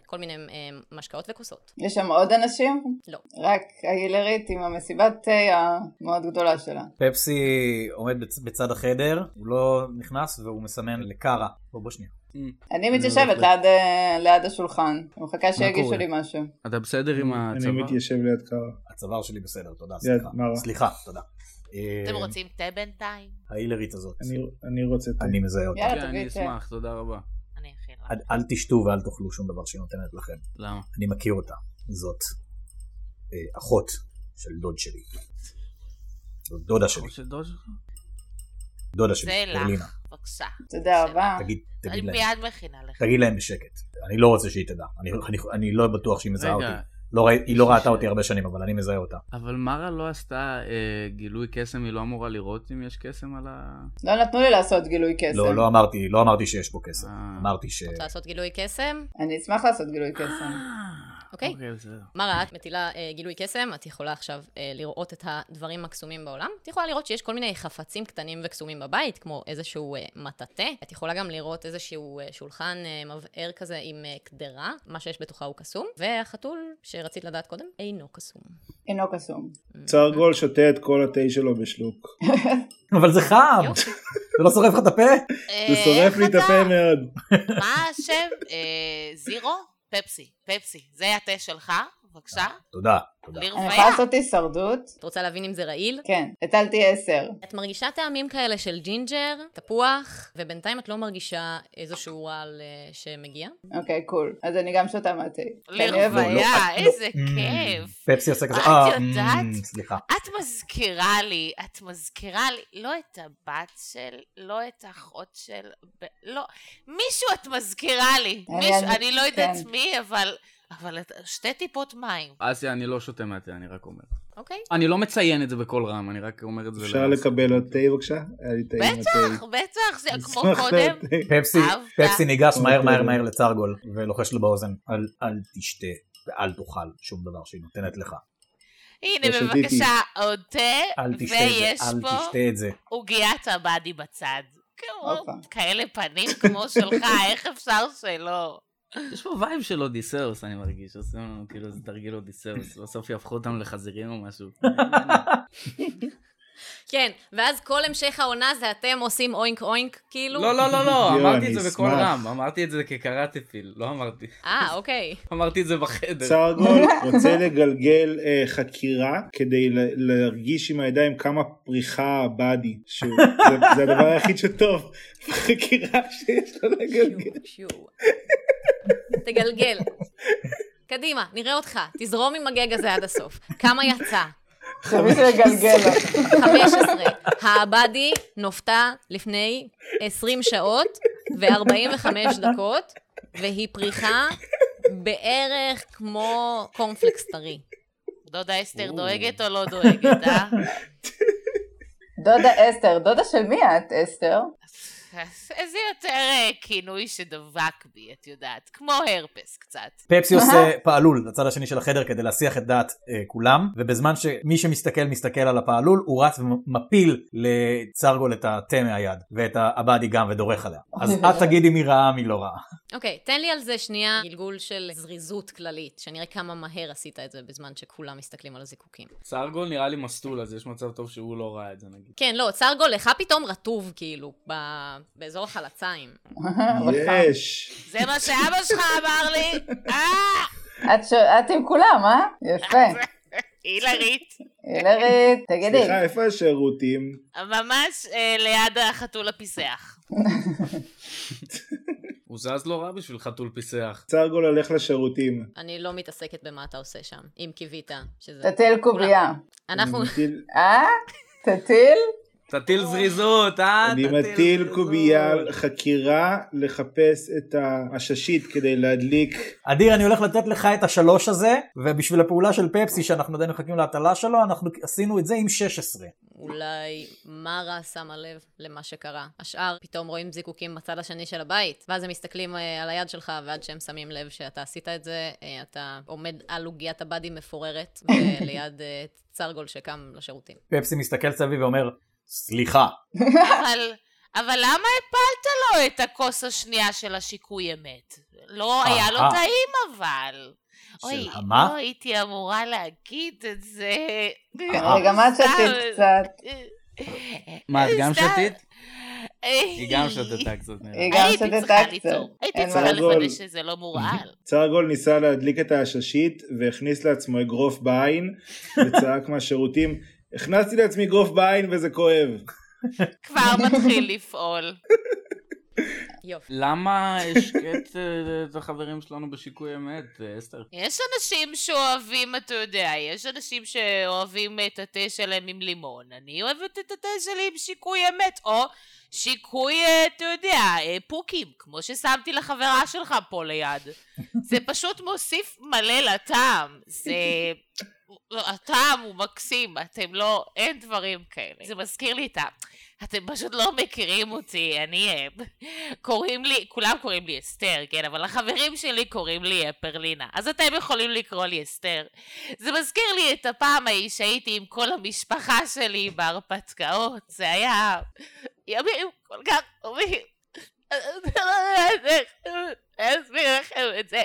A: וכל מיני אה, משקאות וכוסות.
C: יש שם עוד אנשים?
A: לא.
C: רק ההילרית עם המסיבת תה המאוד גדולה שלה.
B: פפסי עומד בצ- בצד החדר, הוא לא נכנס והוא מסמן לקארה. בוא בוא שנייה.
C: אני
E: לא
C: מתיישבת
E: בהחלט.
C: ליד, אה, ליד השולחן, אני מחכה שיגישו
E: קורה?
C: לי משהו.
E: אתה בסדר עם
D: אני
E: הצבא?
D: מתיישב ליד קרה.
B: הצוואר שלי בסדר, תודה,
D: יד,
B: סליחה.
D: מה רע?
B: סליחה, תודה.
F: אתם
B: אה,
F: רוצים תה בינתיים?
B: ההילרית הזאת.
D: אני- אני רוצה... את-
B: אני מזהה אותה.
C: יאללה,
E: כן, אני
C: תביא את זה.
E: אשמח, תודה רבה.
F: אני אכיל לך.
B: אל- אל תשתו ואל תאכלו שום דבר שהיא נותנת לכם.
E: למה?
B: אני מכיר אותה. זאת אה, אחות של דוד שלי. זאת דודה שלי.
E: אחות של דוד שלך?
B: דודה שלי,
F: זה
B: אורלינה.
F: לך, בבקשה.
C: תודה רבה.
B: תגיד,
F: אני
B: תגיד להם.
F: מיד מכינה לך.
B: תגיד להם בשקט. אני לא רוצה שהיא תדע. אני, אני, אני לא בטוח שהיא מזהה אותי.
E: רגע,
B: לא, ראי- היא לא
E: יש לי
B: ראתה
E: שאלה.
B: אותי הרבה שנים, אבל אני מזהה אותה.
E: אבל מרה לא עשתה אה, גילוי קסם, היא לא אמורה לראות אם יש קסם על ה...
C: לא נתנו לי לעשות גילוי קסם.
B: לא, לא אמרתי, לא אמרתי שיש פה כסף.
E: אה.
B: אמרתי ש...
A: רוצה לעשות גילוי קסם?
C: אני אשמח לעשות גילוי קסם.
A: אוקיי.
E: אוקיי, בסדר.
A: מרה, את מטילה אה, גילוי קסם, את יכולה עכשיו אה, לראות את הדברים הקסומים בעולם. את יכולה לראות שיש כל מיני חפצים קטנים וקסומים בבית, כמו איזשהו אה, מטאטה. את יכולה גם לראות איזשהו אה, שולחן אה, מבער כזה עם אה, קדרה, מה שיש בתוכה הוא קסום, והחתול שרצית לדעת קודם, אינו קסום.
C: אינו לא קסום.
D: צרגול שותה את כל התה שלו בשלוק.
B: אבל זה חם!
A: יופי.
B: זה לא שורף לך את הפה?
F: אה,
D: זה שורף לי את הפה מאוד.
F: מה השם? אה, זירו? פפסי. פפסי. זה התה שלך? בבקשה.
B: תודה, תודה.
C: אני
F: לרוויה.
C: יכולה לעשות הישרדות?
A: Mm. את רוצה להבין אם זה רעיל?
C: כן. הטלתי עשר.
A: את מרגישה טעמים כאלה של ג'ינג'ר, תפוח, ובינתיים את לא מרגישה איזשהו רעל אה, שמגיע.
C: אוקיי, קול. אז אני גם שותה מהתה. כי אני אוהבת.
B: לא,
F: לרוויה,
B: לא.
F: איזה
B: Mm,
F: כיף.
B: פפסי עושה כזה,
F: את
B: אה,
F: יודעת?
B: mm, סליחה.
F: את מזכירה לי, את מזכירה לי, לא את הבת של, לא את האחות של, ב- לא, מישהו את מזכירה לי,
C: אני-
F: מישהו,
C: אה, אני-
F: אני לא יודעת
C: כן.
F: מי, אבל, אבל את- שתי טיפות מים,
E: אסיה, אני לא שותה מהתה, אני רק אומר.
A: אוקיי?
E: אני לא מציין את זה בקול רם, אני רק אומר את זה. לא-
D: אפשר
E: לאסיה.
D: לקבל עוד תה בבקשה? היה לי תה עם
F: בטח,
D: התה.
F: בטח, זה כמו
D: אשמח
F: קודם,
D: לתה.
B: פפסי,
F: אהבת.
B: פפסי ניגש מהר מהר
D: אוקיי.
B: מהר לצרגול, ולוחש לו באוזן, "אל- אל תשתה ואל תאכל שום דבר שהיא נותנת לך.
F: הנה
D: לא שתיתי.
F: בבקשה עוד תה,
B: אל תשתה את
F: ויש
B: זה, אל
F: פה
B: תשתה את זה.
F: עוגיית הבאדי בצד. כמו-
C: הופה.
F: לא, כאלה פנים כמו שלך, איך אפשר שלא?
E: יש פה וייב של אודיסאוס, אני מרגיש. עושים לנו כאילו זה תרגיל <laughs> אודיסאוס. בסוף יהפכו אותם לחזירים או משהו.
A: כן, ואז כל המשך העונה זה אתם עושים אוינק אוינק, כאילו?
E: <laughs> לא, לא, לא, לא,
D: יואו,
E: אמרתי
D: אני
E: את זה בקול
D: אשמח.
E: רם. אמרתי את זה כקראטה פיל, לא אמרתי.
A: אה, אוקיי.
E: אמרתי את זה בחדר.
D: צרגול רוצה לגלגל אה, חקירה כדי ל- להרגיש עם הידיים כמה פריחה באדי. שהוא- זה- זה הדבר היחיד שטוב בחקירה שיש לו לגלגל.
A: שיו, שיו. תגלגל. קדימה, נראה אותך. תזרום עם הגג הזה עד הסוף. כמה יצא?
C: חייבים לגלגל לו.
A: 15. העבדי נופתה לפני 20 שעות ו-45 דקות, והיא פריחה בערך כמו קורנפלקס טרי.
F: דודה אסתר
E: או.
F: דואגת או לא דואגת, אה?
C: דודה אסתר. <laughs> דודה של מי את, אסתר?
F: זה יותר אה, כינוי שדבק בי, את יודעת. כמו הרפס קצת.
B: <laughs> פפסי
F: <laughs>
B: עושה פעלול לצד השני של החדר כדי להסיח את דעת אה, כולם, ובזמן שמי שמסתכל מסתכל על הפעלול, הוא רץ ומפיל לצרגול את התה מהיד, ואת העבדי גם, ודורך עליה. אז
F: <laughs>
B: את תגידי מי ראה, מי לא ראה.
A: אוקיי, תן לי על זה שנייה גלגול של זריזות כללית, שנראה כמה מהר עשית את זה בזמן שכולם מסתכלים על הזיקוקים.
E: סרגול נראה לי מסטול, אז יש מצב טוב שהוא לא ראה את זה נגיד.
A: כן, לא, סרגו, לך פתאום רטוב, כאילו, ב... באזור החלציים.
D: יש.
F: זה מה שאבא שלך אמר לי? אה!
C: את ש- את עם כולם, אה?
F: <laughs>
C: יפה.
F: הילרית.
C: הילרית, תגידי.
D: סליחה, איפה השירותים?
F: ממש אה, ליד החתול הפיסח.
E: הוא זז לא רע בשביל חתול פיסח.
D: צרגול הולך
A: <laughs>
D: לשירותים.
A: אני לא מתעסקת במה אתה עושה שם, אם קיווית שזה...
C: תטיל קובייה.
A: אנחנו...
D: אני מטיל-
C: אה? תטיל?
E: תטיל זריזות, אה?
D: אני
E: תטיל
D: מטיל
E: זריזות.
D: קובייה על חקירה לחפש את העששית כדי להדליק.
B: אדיר, אני הולך לתת לך את השלוש הזה, ובשביל הפעולה של פפסי, שאנחנו עדיין מחכים להטלה שלו, אנחנו עשינו את זה עם 16.
A: אולי מרה שמה לב למה שקרה. השאר פתאום רואים זיקוקים בצד השני של הבית, ואז הם מסתכלים אה, על היד שלך, ועד שהם שמים לב שאתה עשית את זה, אה, אתה עומד על עוגיית הבאדי מפוררת, וליד אה, צרגול שקם לשירותים.
B: פפסי מסתכל סביב ואומר, סליחה.
F: אבל, אבל למה הפלת לו את הכוס השנייה של השיקוי אמת? לא היה לו
B: אהה.
F: טעים אבל.
B: של
F: אוי,
B: המה?
F: לא הייתי אמורה להגיד את זה.
C: אה,
F: אה.
C: רגע, גם את שתית
F: סתם.
C: קצת.
E: מה, את גם
F: סתם.
E: שתית? היא גם <laughs> שתתה קצת נראה.
C: היא
E: לי.
C: גם
F: הייתי
C: שתתה
F: צריכה
C: קצת.
F: ליצור. הייתי
C: אין מה
F: צריכה
D: לעשות.
F: לוודא שזה לא מורעל.
D: צרגול ניסה להדליק את העששית והכניס לעצמו אגרוף בעין וצעק מהשירותים הכנסתי לעצמי אגרוף בעין וזה כואב.
F: כבר מתחיל לפעול.
A: יופי.
E: למה השקט אה, את החברים שלנו בשיקוי אמת, אה, אסתר?
F: יש אנשים שאוהבים, אתה יודע, יש אנשים שאוהבים את התה שלהם עם לימון. אני אוהבת את התה שלי עם שיקוי אמת, או שיקוי, אה, אתה יודע, אה, פוקים, כמו ששמתי לחברה שלך פה ליד. זה פשוט מוסיף מלא לטעם. זה... הטעם הוא מקסים, אתם לא... אין דברים כאלה. זה מזכיר לי את ה... אתם פשוט לא מכירים אותי, אני... אה, קוראים לי, כולם קוראים לי אסתר, כן? אבל החברים שלי קוראים לי אה, פרלינה. אז אתם יכולים לקרוא לי אסתר. זה מזכיר לי את הפעם ההיא שהייתי עם כל המשפחה שלי בהרפתקאות. זה היה ימים כל כך טובים. אני לא יודעת איך להסביר לכם את זה.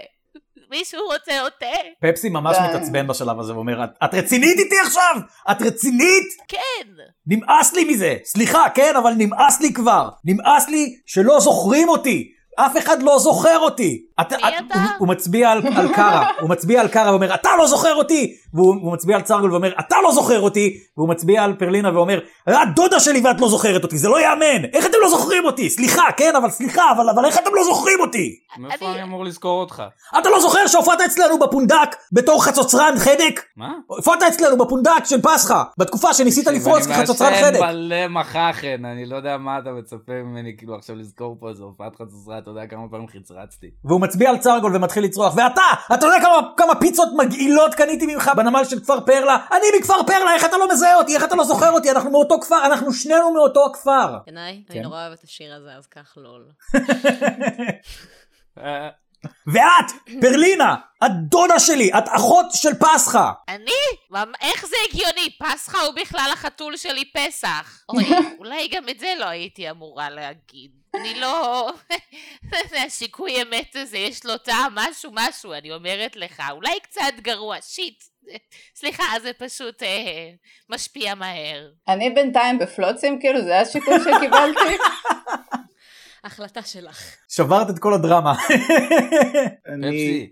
F: מישהו רוצה עוד תה?
B: פפסי ממש
C: די.
B: מתעצבן בשלב הזה ואומר, "את- את רצינית איתי עכשיו? את רצינית?
F: כן.
B: נמאס לי מזה! סליחה, כן, אבל נמאס לי כבר! נמאס לי שלא זוכרים אותי! אף אחד לא זוכר אותי! את,
F: מי
B: את,
F: אתה?
B: הוא, הוא מצביע על, על קארה, הוא מצביע על קארה ואומר, אתה לא זוכר אותי! והוא הוא מצביע על צרגול ואומר, אתה לא זוכר אותי! והוא מצביע על פרלינה ואומר, את דודה שלי ואת לא זוכרת אותי, זה לא ייאמן! איך אתם לא זוכרים אותי? סליחה, כן, אבל סליחה, אבל, אבל איך אתם לא זוכרים אותי?
E: מאיפה אני אמור לזכור אותך?
B: אתה לא זוכר שהופעת אצלנו בפונדק בתור חצוצרן חדק?
E: מה?
B: הופעת אצלנו בפונדק של פסחא, בתקופה שניסית לפרוץ כחצוצרן
E: אני
B: חדק.
E: אוקיי, מעשן מלא מחכן, אני לא יודע מה אתה מצפה ממני כאילו עכשיו לזכור פה איזה הופעת חצוצרה, אתה יודע כמה פעמים חצרצתי.
B: והוא מצביע על צרגול ומתחיל לצרוח, ואתה, אתה יודע כמה, כמה פיצות מגעילות קניתי ממך בנמל של כפר פרלה? אני מכפר פרלה, איך אתה לא מזהה אותי? איך אתה לא זוכר אותי? אנחנו מאותו כפר, אנחנו שנינו מאותו הכפר.
A: בעיניי,
B: כן.
A: אני נורא אוהבת את השיר הזה, אז כך לא, לול.
E: אה,
B: ואת, פרלינה, את דודה שלי, את אחות של פסחא.
F: אני? מה- איך זה הגיוני? פסחא הוא בכלל החתול שלי פסח. אוי, <laughs> אולי גם את זה לא הייתי אמורה להגיד. אני לא... <laughs> השיקוי אמת הזה, יש לו טעם משהו משהו, אני אומרת לך. אולי קצת גרוע, שיט. סליחה, זה פשוט אה, משפיע מהר.
C: אני בינתיים בפלוצים, כאילו, זה השיקול
F: <laughs>
C: שקיבלתי?
A: החלטה שלך.
B: שברת את כל הדרמה. <laughs>
D: אני...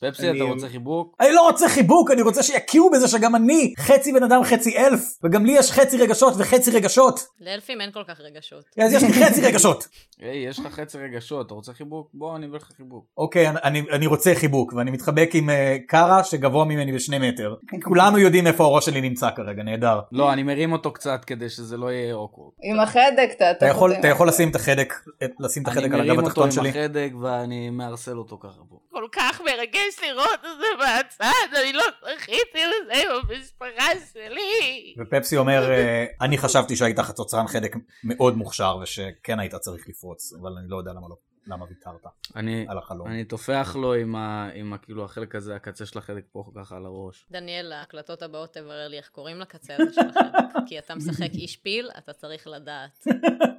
E: פפסי,
D: אני- אמ-
E: אתה רוצה חיבוק?
B: אני לא רוצה חיבוק, אני רוצה שיכירו בזה שגם אני חצי בן אדם, חצי אלף, וגם לי יש חצי רגשות וחצי רגשות.
A: לאלפים אין כל כך רגשות.
B: אז יש לי חצי רגשות.
E: היי, יש לך חצי רגשות, אתה רוצה חיבוק? בוא, אני אביא לך חיבוק.
B: אוקיי, אני- אני, אני רוצה חיבוק, ואני מתחבק עם אה, קארה שגבוה ממני בשני מטר. כולנו יודעים איפה הראש שלי נמצא כרגע, נהדר.
E: לא, אני מרים אותו קצת כדי שזה לא יהיה אוקוורד.
C: עם החדק, אתה...
B: אתה יכול, אתה יכול לשים את החדק, את- לשים את
E: אני
B: החדק על
E: מרים
B: הגב
E: אותו
B: התחתון
E: עם
B: שלי.
E: החדק ואני מערסל אותו ככה פה.
F: כל כך מרגש לראות את זה מהצד, אני לא זכיתי לזה במשפחה
B: <laughs>
F: שלי.
B: ופפסי אומר, אה, אני חשבתי שהיית חצוצרן חדק מאוד מוכשר ושכן היית צריך לפרוץ, אבל אני לא יודע למה לא, למה ויתרת
E: אני,
B: על החלום.
E: אני טופח לו עם, ה, עם ה, כאילו החלק הזה, הקצה של החלק פה ככה על הראש.
A: דניאל, להקלטות הבאות תברר לי איך קוראים לקצה הזה של החלק, כי אתה משחק איש פיל, אתה צריך לדעת.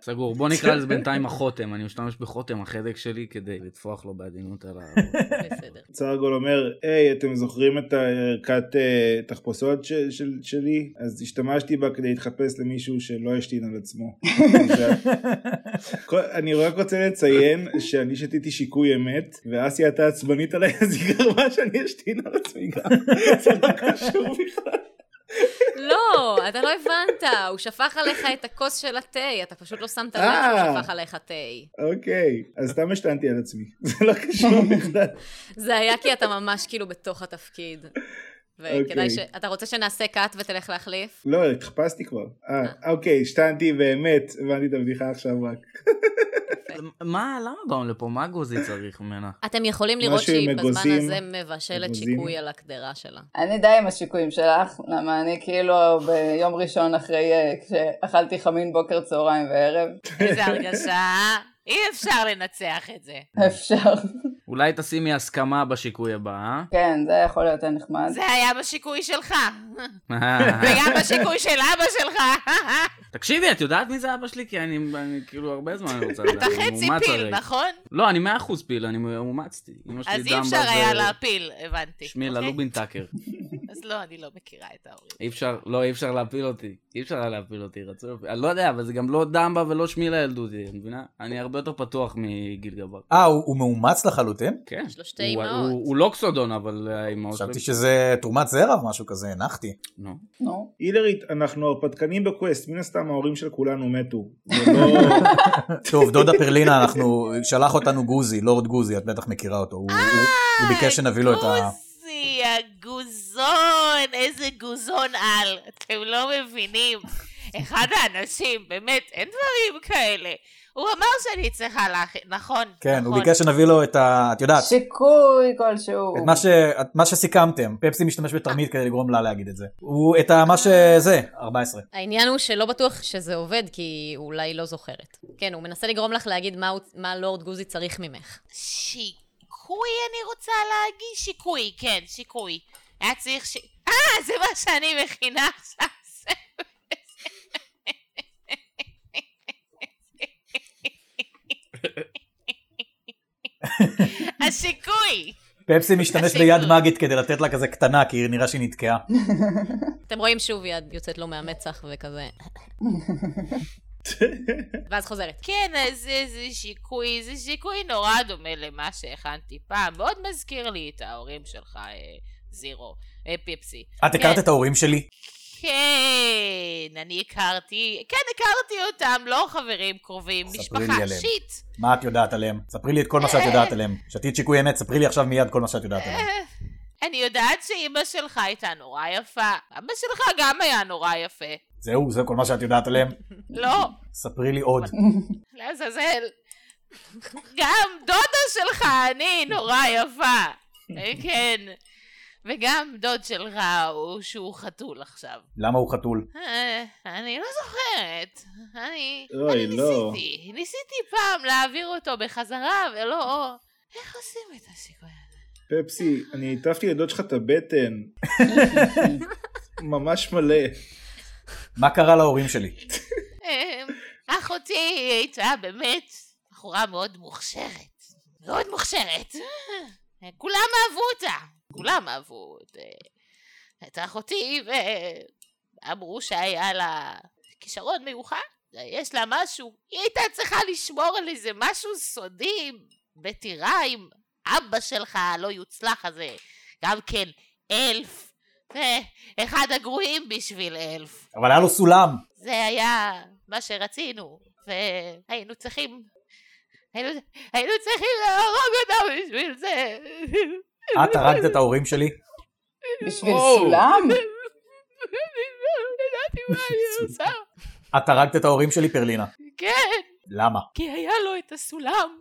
E: סגור, בוא נקרא לזה בינתיים החותם, אני משתמש בחותם החדק שלי כדי לטפוח לו בעדינות על ה...
A: בסדר.
D: צרגול אומר, היי, אתם זוכרים את ערכת אה, תחפושות ש- של- שלי? אז השתמשתי בה כדי להתחפש למישהו שלא השתין על עצמו. זה- כל- אני רק רוצה לציין שאני שתיתי שיקוי אמת, ואסיה הייתה עצבנית עליי, אז היא גרמה שאני אשתין על עצמי גם. זה לא קשור בכלל.
A: לא, אתה לא הבנת, הוא שפך עליך את הכוס של התה, אתה פשוט לא שמת לב שהוא
D: אה.
A: שפך עליך תה.
D: אוקיי, אז סתם השתנתי על עצמי. <laughs> זה לא קשור
C: <laughs>
D: בכלל.
A: זה היה כי אתה ממש כאילו בתוך התפקיד. וכדאי
D: אוקיי.
A: ש... אתה רוצה שנעשה קאט ותלך להחליף?
D: לא, התחפשתי כבר. אה, אוקיי, השתנתי באמת, הבנתי את הבדיחה עכשיו רק.
E: <laughs> מה, למה באו לפה? מה גוזי צריך ממנה?
A: אתם יכולים לראות
D: משהו עם
A: שהיא בזמן
D: אגוזים.
A: הזה מבשלת
D: אגוזים.
A: שיקוי על הקדרה שלה.
C: אני די עם השיקויים שלך, למה אני כאילו ביום ראשון אחרי אה, כשאכלתי חמין בוקר, צהריים וערב,
F: איזה הרגשה, אה? אי אפשר לנצח את זה.
C: אפשר. <laughs>
E: אולי תשימי הסכמה בשיקוי הבא,
C: כן, זה יכול להיות נחמד.
F: זה היה בשיקוי שלך,
E: אה? <laughs>
F: זה גם בשיקוי של אבא שלך.
E: תקשיבי, את יודעת מי זה אבא שלי? כי אני אני כאילו הרבה זמן <laughs> אני רוצה לדעת.
F: אתה
E: אני
F: חצי
E: מאומץ
F: פיל,
E: הרי.
F: נכון?
E: לא, אני מאה אחוז פיל, אני מאומצתי. אמא שלי
F: אז אי
E: דמבה
F: אפשר היה
E: ו-
F: להפיל, הבנתי.
E: שמילה
F: אוקיי?
E: לובין טאקר.
F: אז לא, אני לא מכירה את ההורים.
E: אי אפשר, לא, אי אפשר להפיל אותי. אי אפשר היה להפיל אותי, רצו להפיל. אני לא יודע, אבל זה גם לא דמבה ולא שמילה ילדו אותי, את מבינה? אני הרבה יותר פתוח מגיל גבר.
B: אה, הוא הוא מאומץ לחלוטין?
E: כן.
A: יש לו שתי
E: הוא-
A: אמהות.
E: הוא הוא לוקסודון, אבל אה, האימהות
B: חשבתי שזה תרומת זרע או משהו כזה, הנחתי.
E: נו.
C: נו.
D: הילרית, אנחנו הרפתקנים בקווסט, מן הסתם ההורים של כולנו מתו. זה לא...
C: <laughs>
B: טוב, דודה פרלינה, אנחנו, שלח אותנו גוזי, לורד גוזי, את בטח מכירה אותו. הוא- הוא- הוא ביקש שנביא לו את ה...
F: גוזי, הגוזון, איזה גוזון על. אתם לא מבינים. אחד האנשים, באמת, אין דברים כאלה. הוא אמר שאני צריכה להכין, נכון.
B: כן, הוא
F: נכון.
B: ביקש שנביא לו את ה... את יודעת,
C: שיקוי כלשהו.
B: אה, את מה, ש... את מה שסיכמתם. פפסי משתמש בתרמית כדי לגרום לה להגיד את זה. הוא, את ה... מה שזה, 14.
A: העניין הוא שלא בטוח שזה עובד, כי היא אולי לא זוכרת. כן, הוא מנסה לגרום לך להגיד מה, הוא, מה לורד גוזי צריך ממך.
F: שיקוי אני רוצה להגיד, שיקוי, כן, שיקוי. היה צריך ש... אה, זה מה שאני מכינה עכשיו. זה- השיקוי! <laughs>
B: פפסי משתמש
F: תפסיקו.
B: ביד מגית כדי לתת לה כזה קטנה, כי נראה שהיא נתקעה.
A: אתם רואים שוב יד יוצאת לו מהמצח וכזה... ואז חוזרת.
F: כן, אז זה, זה שיקוי, זה שיקוי נורא דומה למה שהכנתי פעם. מאוד מזכיר לי את ההורים שלך, אה, זירו, אה, פיפסי.
B: את הכרת
F: כן.
B: את ההורים שלי?
F: כן, אני הכרתי, כן, הכרתי אותם, לא חברים קרובים,
B: ספרי
F: משפחה,
B: לי עליהם.
F: שיט.
B: מה את יודעת עליהם? ספרי לי את כל מה שאת יודעת עליהם. שתית שיקוי אמת, ספרי לי עכשיו מיד כל מה שאת יודעת
F: <laughs>
B: עליהם.
F: אה, אני יודעת שאימא שלך הייתה נורא יפה, אבא שלך גם היה נורא יפה.
B: זהו, זה כל מה שאת יודעת עליהם.
F: לא,
B: ספרי לי
F: <laughs>
B: עוד.
F: לעזאזל. גם דודה שלך, אני, נורא
B: <laughs>
F: יפה. אה, כן. וגם דוד שלך הוא שהוא חתול עכשיו.
B: למה הוא חתול?
F: אה, אני לא זוכרת. אני,
D: אוי,
F: אני
D: לא.
F: ניסיתי. ניסיתי פעם להעביר אותו בחזרה, ולא... איך עושים את השיקוי הזה?
D: פפסי, אני הטפתי לדוד שלך
C: <laughs>
D: את הבטן. ממש מלא.
B: מה קרה להורים שלי?
F: אה, אחותי הייתה באמת בחורה מאוד מוכשרת. מאוד מוכשרת. אה, כולם אהבו אותה. כולם אהבו את, אה, את אחותי, ואמרו שהיה לה כישרון מיוחד. יש לה משהו. היא הייתה צריכה לשמור על איזה משהו סודי בטירה עם אבא שלך הלא יוצלח הזה. גם כן, אלף. אה, אחד הגרועים בשביל אלף.
B: אבל היה לו
F: <laughs>
B: סולם.
F: זה היה מה שרצינו, והיינו צריכים... היינו, היינו צריכים להרוג אותם בשביל זה.
B: את הרגת את ההורים שלי?
C: בשביל
D: <laughs>
E: וואו.
C: סולם?
F: אני לא ידעתי מה אני עושה.
B: את הרגת את ההורים שלי, פרלינה.
F: כן,
B: למה?
F: כי היה לו את הסולם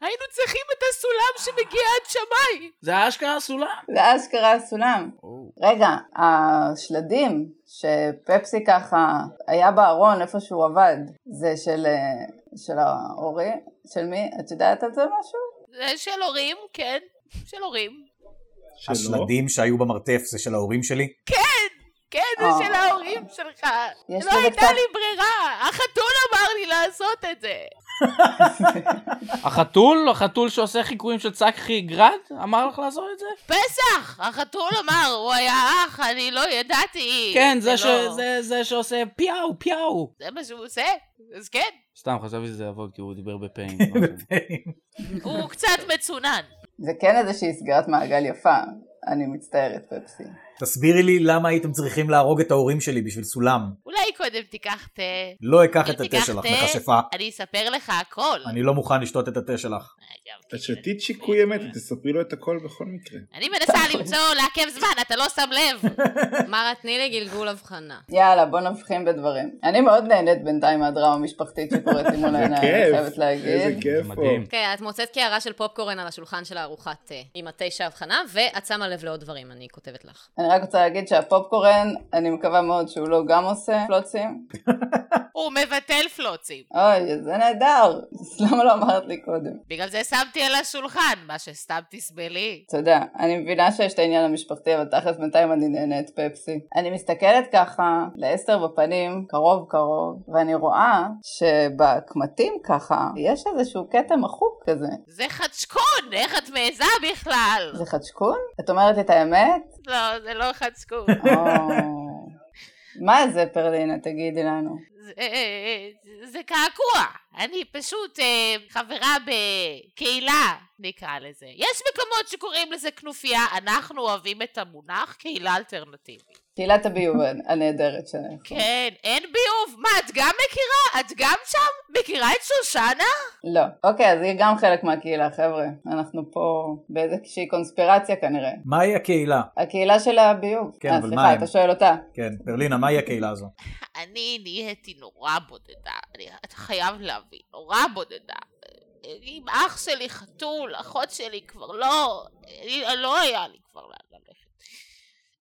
F: היינו צריכים את הסולם שמגיע עד שמאי.
E: זה אשכרה סולם.
C: זה אשכרה סולם. רגע, השלדים שפפסי ככה היה בארון איפה שהוא עבד, זה של, אה, של האורי? של מי? את יודעת על זה משהו?
F: זה של הורים, כן, של הורים.
D: שלא.
B: השלדים שהיו במרתף זה של ההורים שלי?
F: כן, זה
C: אה.
F: של ההורים שלך.
C: יש לזה
F: לא הייתה
C: קצת-
F: לי ברירה, החתול אמר לי לעשות את זה.
E: החתול, החתול שעושה חיקויים של צחי גרד, אמר לך לעשות את זה?
F: פסח! החתול אמר, הוא היה אח, אני לא ידעתי.
E: כן, זה ש-
F: לא-
E: זה- זה שעושה פיאו, פיאו.
F: זה מה שהוא עושה, אז כן.
E: סתם, חשבתי שזה יעבוד כי הוא דיבר לא בפעמים.
B: <laughs>
F: הוא קצת מצונן.
C: זה כן איזושהי סגירת מעגל יפה. אני מצטערת, פפסי.
B: תסבירי לי למה הייתם צריכים להרוג את ההורים שלי בשביל סולם.
F: אולי קודם תיקח תה.
B: לא אקח
F: אם
B: את התה
F: תיקח
B: שלך
F: תה,
B: מכשפה.
F: אני אספר לך הכל.
B: אני לא מוכן לשתות את התה שלך.
F: אגב,
D: אז
F: כן.
D: שתית שיקוי אמת, תספרי לו את הכל בכל מקרה.
F: אני מנסה למצוא לעכב זמן, אתה לא שם לב.
A: מרה, תני לי גלגול הבחנה.
C: יאללה, בוא נבחין בדברים. אני מאוד נהנית בינתיים מהדרמה המשפחתית שקורית לי מול
D: זה
C: העיניים, לא, אני חייבת
D: כיף, איזה
C: להגיד.
D: כיף פה.
E: זה מדהים.
A: כן, את מוצאת קערה של פופקורן על השולחן של הארוחת תה, עם התשע הבחנה, ואת שמה לב לעוד דברים, אני כותבת לך.
C: אני רק רוצה להגיד שהפופקורן, אני מקווה מאוד שהוא לא גם עושה פלוצים.
F: הוא מבטל פלוצים.
C: אוי, זה נהדר. <laughs> אז למה לא אמרת לי קודם?
F: בגלל זה שמתי על השולחן, מה שסתם תסבלי.
C: אתה יודע, אני מבינה שיש את העניין המשפחתי, אבל תכלס בינתיים אני נהנית פפסי. אני מסתכלת ככה לעשר בפנים, קרוב קרוב, ואני רואה שבקמטים ככה, יש איזשהו קטע מחוק כזה.
F: זה חדשקון, איך את מעיזה בכלל?
C: זה חדשקון? את אומרת לי את האמת?
F: לא, זה לא
B: <laughs>
F: חדשקון.
C: או... מה זה פרלינה, תגידי לנו.
F: זה- זה קעקוע. אני פשוט אה, חברה בקהילה, נקרא לזה. יש מקומות שקוראים לזה כנופיה, אנחנו אוהבים את המונח קהילה אלטרנטיבית.
C: קהילת הביוב הנהדרת שלך.
F: כן, אין ביוב. מה, את גם מכירה? את גם שם? מכירה את שושנה?
C: לא. אוקיי, אז היא גם חלק מהקהילה, חבר'ה. אנחנו פה באיזושהי קונספירציה כנראה.
B: מהי הקהילה?
C: הקהילה של הביוב.
B: כן,
C: אה,
B: אבל מה
C: סליחה,
B: הם?
C: אתה שואל אותה.
B: כן, ברלינה, מהי הקהילה הזו?
F: אני נהייתי נורא בודדה, אני, אתה חייב להבין, נורא בודדה. אם אח שלי חתול, אחות שלי כבר לא, אני, לא היה לי כבר לאן ללכת.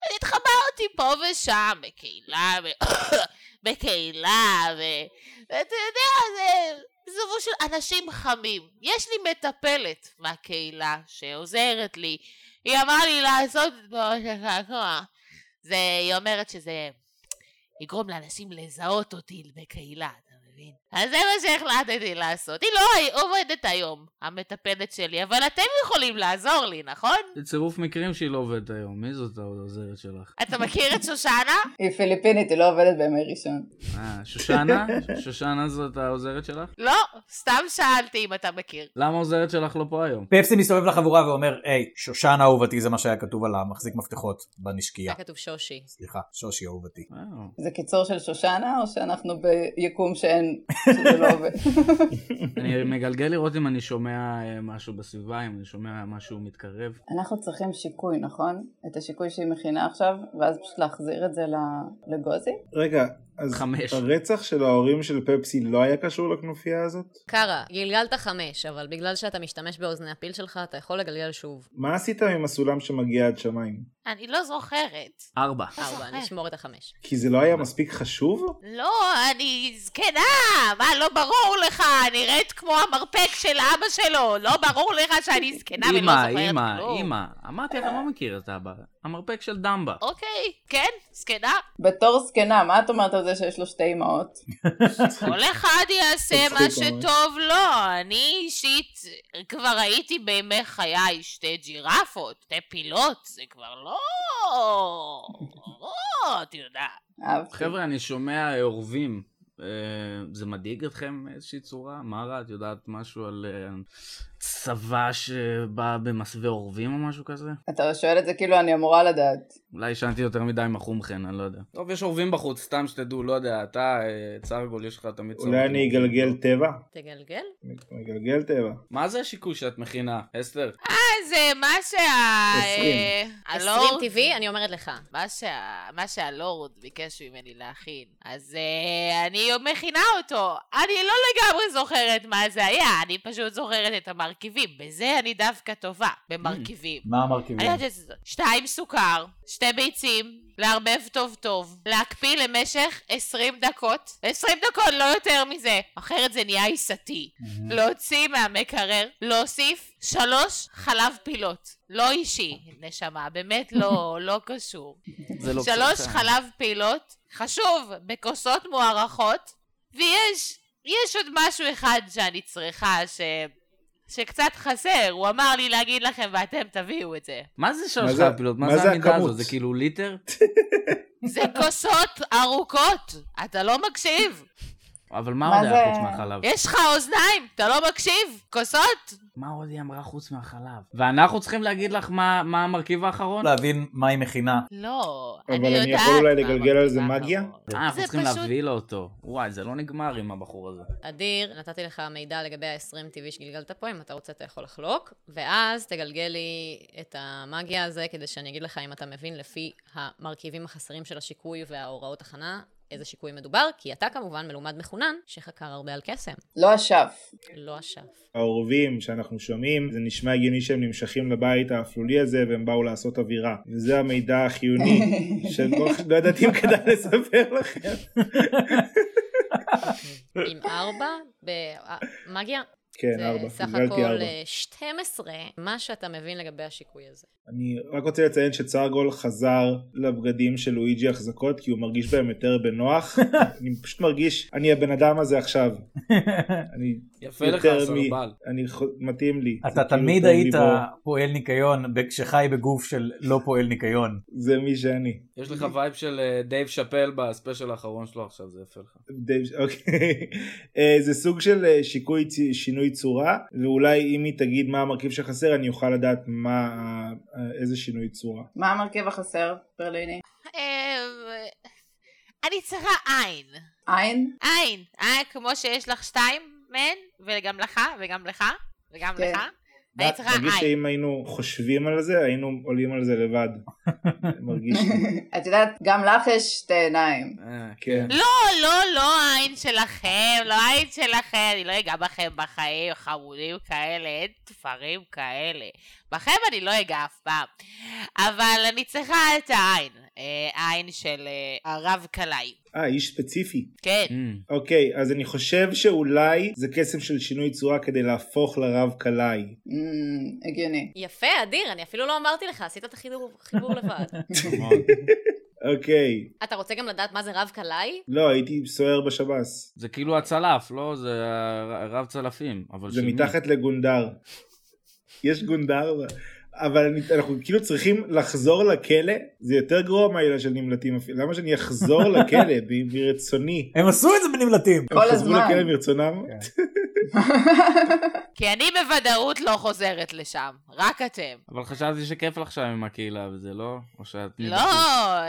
F: אני התחברתי פה ושם, בקהילה, ב- <coughs> בקהילה, ו... ואתה יודע, זה... עזבו של אנשים חמים. יש לי מטפלת מהקהילה שעוזרת לי. היא אמרה לי לעשות את בעיות הקעקוע. זה, היא אומרת שזה יגרום לאנשים לזהות אותי בקהילה, אתה מבין? אז זה מה שהחלטתי לעשות. היא לא עובדת היום, המטפלת שלי, אבל אתם יכולים לעזור לי, נכון?
E: זה צירוף מקרים שהיא לא עובדת היום, מי זאת העוזרת שלך?
F: אתה מכיר את
E: <laughs>
F: שושנה?
C: היא פיליפינית, היא לא עובדת בימי ראשון.
E: אה, שושנה? שושנה זאת העוזרת שלך?
F: לא, סתם שאלתי אם אתה מכיר.
E: למה העוזרת שלך לא פה היום?
B: פפסי מסתובב לחבורה ואומר, היי, שושנה אהובתי, זה מה שהיה כתוב על המחזיק מפתחות בנשקייה.
A: היה כתוב שושי.
B: סליחה, שושי אהובתי.
E: וואו.
C: זה קיצור של שושנה, או שאנחנו ביקום שאין, שזה לא עובד?
E: אני מגלגל לראות אם אני שומע אה, משהו בסביבה, אם אני שומע משהו מתקרב.
C: אנחנו צריכים שיקוי, נכון? את השיקוי שהיא מכינה עכשיו, ואז פשוט להחזיר את זה ל- לגוזי?
D: רגע, אז
E: חמש.
D: הרצח של ההורים של פפסי לא היה קשור לכנופיה הזאת?
A: קארה, גלגלת חמש, אבל בגלל שאתה משתמש באוזני הפיל שלך, אתה יכול לגלגל שוב.
D: מה עשית עם הסולם שמגיע עד שמיים?
F: אני לא זוכרת.
E: ארבע.
A: ארבע, נשמור את החמש.
D: כי זה לא היה מספיק חשוב?
F: לא, אני זקנה! מה, לא ברור לך? נראית כמו המרפק של אבא שלו. לא ברור לך שאני זקנה ולא
E: אימא,
F: לא זוכרת
E: אימא,
F: כלום.
E: אימא. אמרתי, אתה לא מכיר את אבא. המרפק של דמבה.
F: אוקיי, כן, זקנה.
C: בתור זקנה, מה את אומרת על זה שיש לו שתי אמהות?
F: כל אחד יעשה מה
D: מצחיק ממש.
F: שטוב לו. אני אישית כבר הייתי בימי חיי שתי ג'ירפות, שתי פילות, זה כבר לא... לא, אתה יודע.
C: אהבתי.
E: חבר'ה, אני שומע אה, אורבים. אה, זה מדאיג אתכם באיזושהי צורה? מרה, את יודעת משהו על אה, צבא שבא במסווה אורבים או משהו כזה?
C: אתה שואל את זה כאילו אני אמורה לדעת.
E: אולי עישנתי יותר מדי עם החום חן, אני לא יודע. טוב, יש אורבים בחוץ, סתם שתדעו, לא יודע, אתה, אה, צרגול, יש לך תמיד צרות
D: אולי
E: עם
D: אני
E: אורבים.
D: אגלגל טבע?
A: תגלגל?
D: אני מגלגל טבע.
E: מה זה השיקוי שאת מכינה, אסתר?
F: אה, זה מה שה...
D: עשרים.
F: אה,
A: עשרים
F: הלורד?
A: טבעי, אני אומרת לך.
F: מה שה- מה שהלורד ביקש ממני להכין. אז אה, אני מכינה אותו. אני לא לגמרי זוכרת מה זה היה, אני פשוט זוכרת את מרכיבים, בזה אני דווקא טובה, במרכיבים.
B: מה
F: אני לא
B: המרכיבים?
F: יודעת שזה זה. שתיים סוכר, שתי ביצים, לערבב טוב טוב, להקפיא למשך 20 דקות, 20 דקות, לא יותר מזה, אחרת זה נהיה עיסתי. להוציא מהמקרר, להוסיף שלוש חלב פילות. לא אישי, נשמה, באמת לא, לא קשור.
E: זה לא
F: שלוש
E: פצצה.
F: חלב פילות, חשוב, בכוסות מוערכות, ויש יש עוד משהו אחד שאני צריכה ש... שקצת חסר, הוא אמר לי להגיד לכם ואתם תביאו את זה.
E: מה זה שלוש
D: מה זה-
E: חלפילות? מה
D: מה
E: זה
D: זה
E: המידה
D: הכמות?
E: הזאת? זה כאילו ליטר?
F: זה כוסות ארוכות, אתה לא מקשיב.
E: אבל מה
C: מה
E: עוד היה
C: זה-
E: חוץ מהחלב?
F: יש לך אוזניים, אתה לא מקשיב, כוסות.
E: מה עוד היא אמרה חוץ מהחלב? ואנחנו צריכים להגיד לך מה מה המרכיב האחרון?
B: לא
D: לא.
B: להבין מה היא מכינה.
F: לא,
D: אבל
F: אני
D: אני
F: יודעת. לא,
D: יכול אולי
F: מה
D: לגלגל על זה
F: אמרתי לך,
D: מגיה?
F: אבל-
E: אה, אנחנו
F: זה
E: צריכים
F: פשוט-
E: להביא לו אותו. וואי, זה לא נגמר עם הבחור הזה.
A: אדיר, נתתי לך מידע לגבי ה-20 טבעי שגלגלת פה, אם אתה רוצה אתה יכול לחלוק, ואז תגלגל לי את המאגיה הזה כדי שאני אגיד לך אם אתה מבין לפי המרכיבים החסרים של השיקוי וההוראות הכנה. איזה שיקוי מדובר, כי אתה כמובן מלומד מחונן שחקר הרבה על קסם,
C: לא אשף.
A: לא אשף.
D: האורבים שאנחנו שומעים, זה נשמע הגיוני שהם נמשכים לבית האפלולי הזה והם באו לעשות אווירה. וזה המידע
A: <laughs>
D: החיוני, שלא לא ידעתי אם כדאי לספר לכם.
A: עם ארבע
F: אה,
A: במאגיה.
D: כן, ארבע,
A: זה סך
D: גלגלתי
A: הכל
D: ארבע.
A: אה, 12, מה שאתה מבין לגבי השיקוי הזה.
D: אני רק רוצה לציין שצרגול חזר לבגדים של לואיג'י החזקות כי הוא מרגיש בהם יותר
A: <laughs>
D: בנוח. אני פשוט מרגיש, אני הבן אדם הזה עכשיו. אני
E: יפה לך,
D: יותר מ...
E: סרבל.
D: אני ח- מתאים לי. זה
B: אתה
D: כאילו
B: תמיד
D: טוב לי
B: היית
D: בו.
B: פועל ניקיון ב- שחי בגוף של לא פועל ניקיון.
D: זה מי שאני.
E: יש לך וייב של אה, דייב שאפל בספיישל האחרון שלו עכשיו, זה יפה לך.
D: דייב- <laughs> אוקיי. אה, זה סוג של אה, שיקוי צ- שינוי צורה ואולי אם היא תגיד מה המרכיב שחסר אני אוכל לדעת מה ה- אה, איזה שינוי צורה.
C: מה המרכיב החסר, ברליני?
F: אמ, אני צריכה עין.
C: עין? <laughs>
F: עין. עין, כמו שיש לך שתיים מהן, וגם לך, וגם לך, וגם
C: כן.
F: לך. אני צריכה
D: נגיד
F: עין.
D: שאם היינו חושבים על זה היינו עולים על זה
B: <laughs>
D: לבד. מרגיש לי.
C: את יודעת, גם לך יש שתי עיניים.
E: אה,
D: כן.
F: לא, לא, לא העין שלכם, לא העין שלכם, אני לא אגע בכם בחיים, חמודים כאלה, אין דברים כאלה. בכם אני לא אגע אף פעם. אבל אני צריכה את העין, אה, העין של אה, הרב קלעי.
D: אה איש ספציפי.
F: כן.
E: אמ,
D: אוקיי אז אני חושב שאולי זה קסם של שינוי צורה כדי להפוך לרב קלעי.
C: Mm, הגיוני.
A: יפה, אדיר, אני אפילו לא אמרתי לך, עשית את החיבור חיבור לבד. <laughs>
E: נכון.
D: אוקיי.
A: אתה רוצה גם לדעת מה זה רב קלעי?
D: לא הייתי סוהר בשב"ס.
E: זה כאילו הצלף, לא? זה הר- רב צלפים. אבל
D: זה
E: של מי?
D: מתחת לגונדר. יש גונדר, אבל אני, אנחנו כאילו צריכים לחזור לכלא, זה יותר גרוע מהעילה של נמלטים אפילו, למה שאני אחזור לכלא ב- מרצוני?
B: הם עשו את זה בנמלטים.
C: כל
D: הם חזרו
C: הזמן.
D: לכלא מרצונם?
F: כי אני בוודאות לא חוזרת לשם, רק אתם.
E: אבל חשבתי שכיף לך שם עם הקהילה וזה, לא? או שאת...
F: לא,
E: מבחוץ?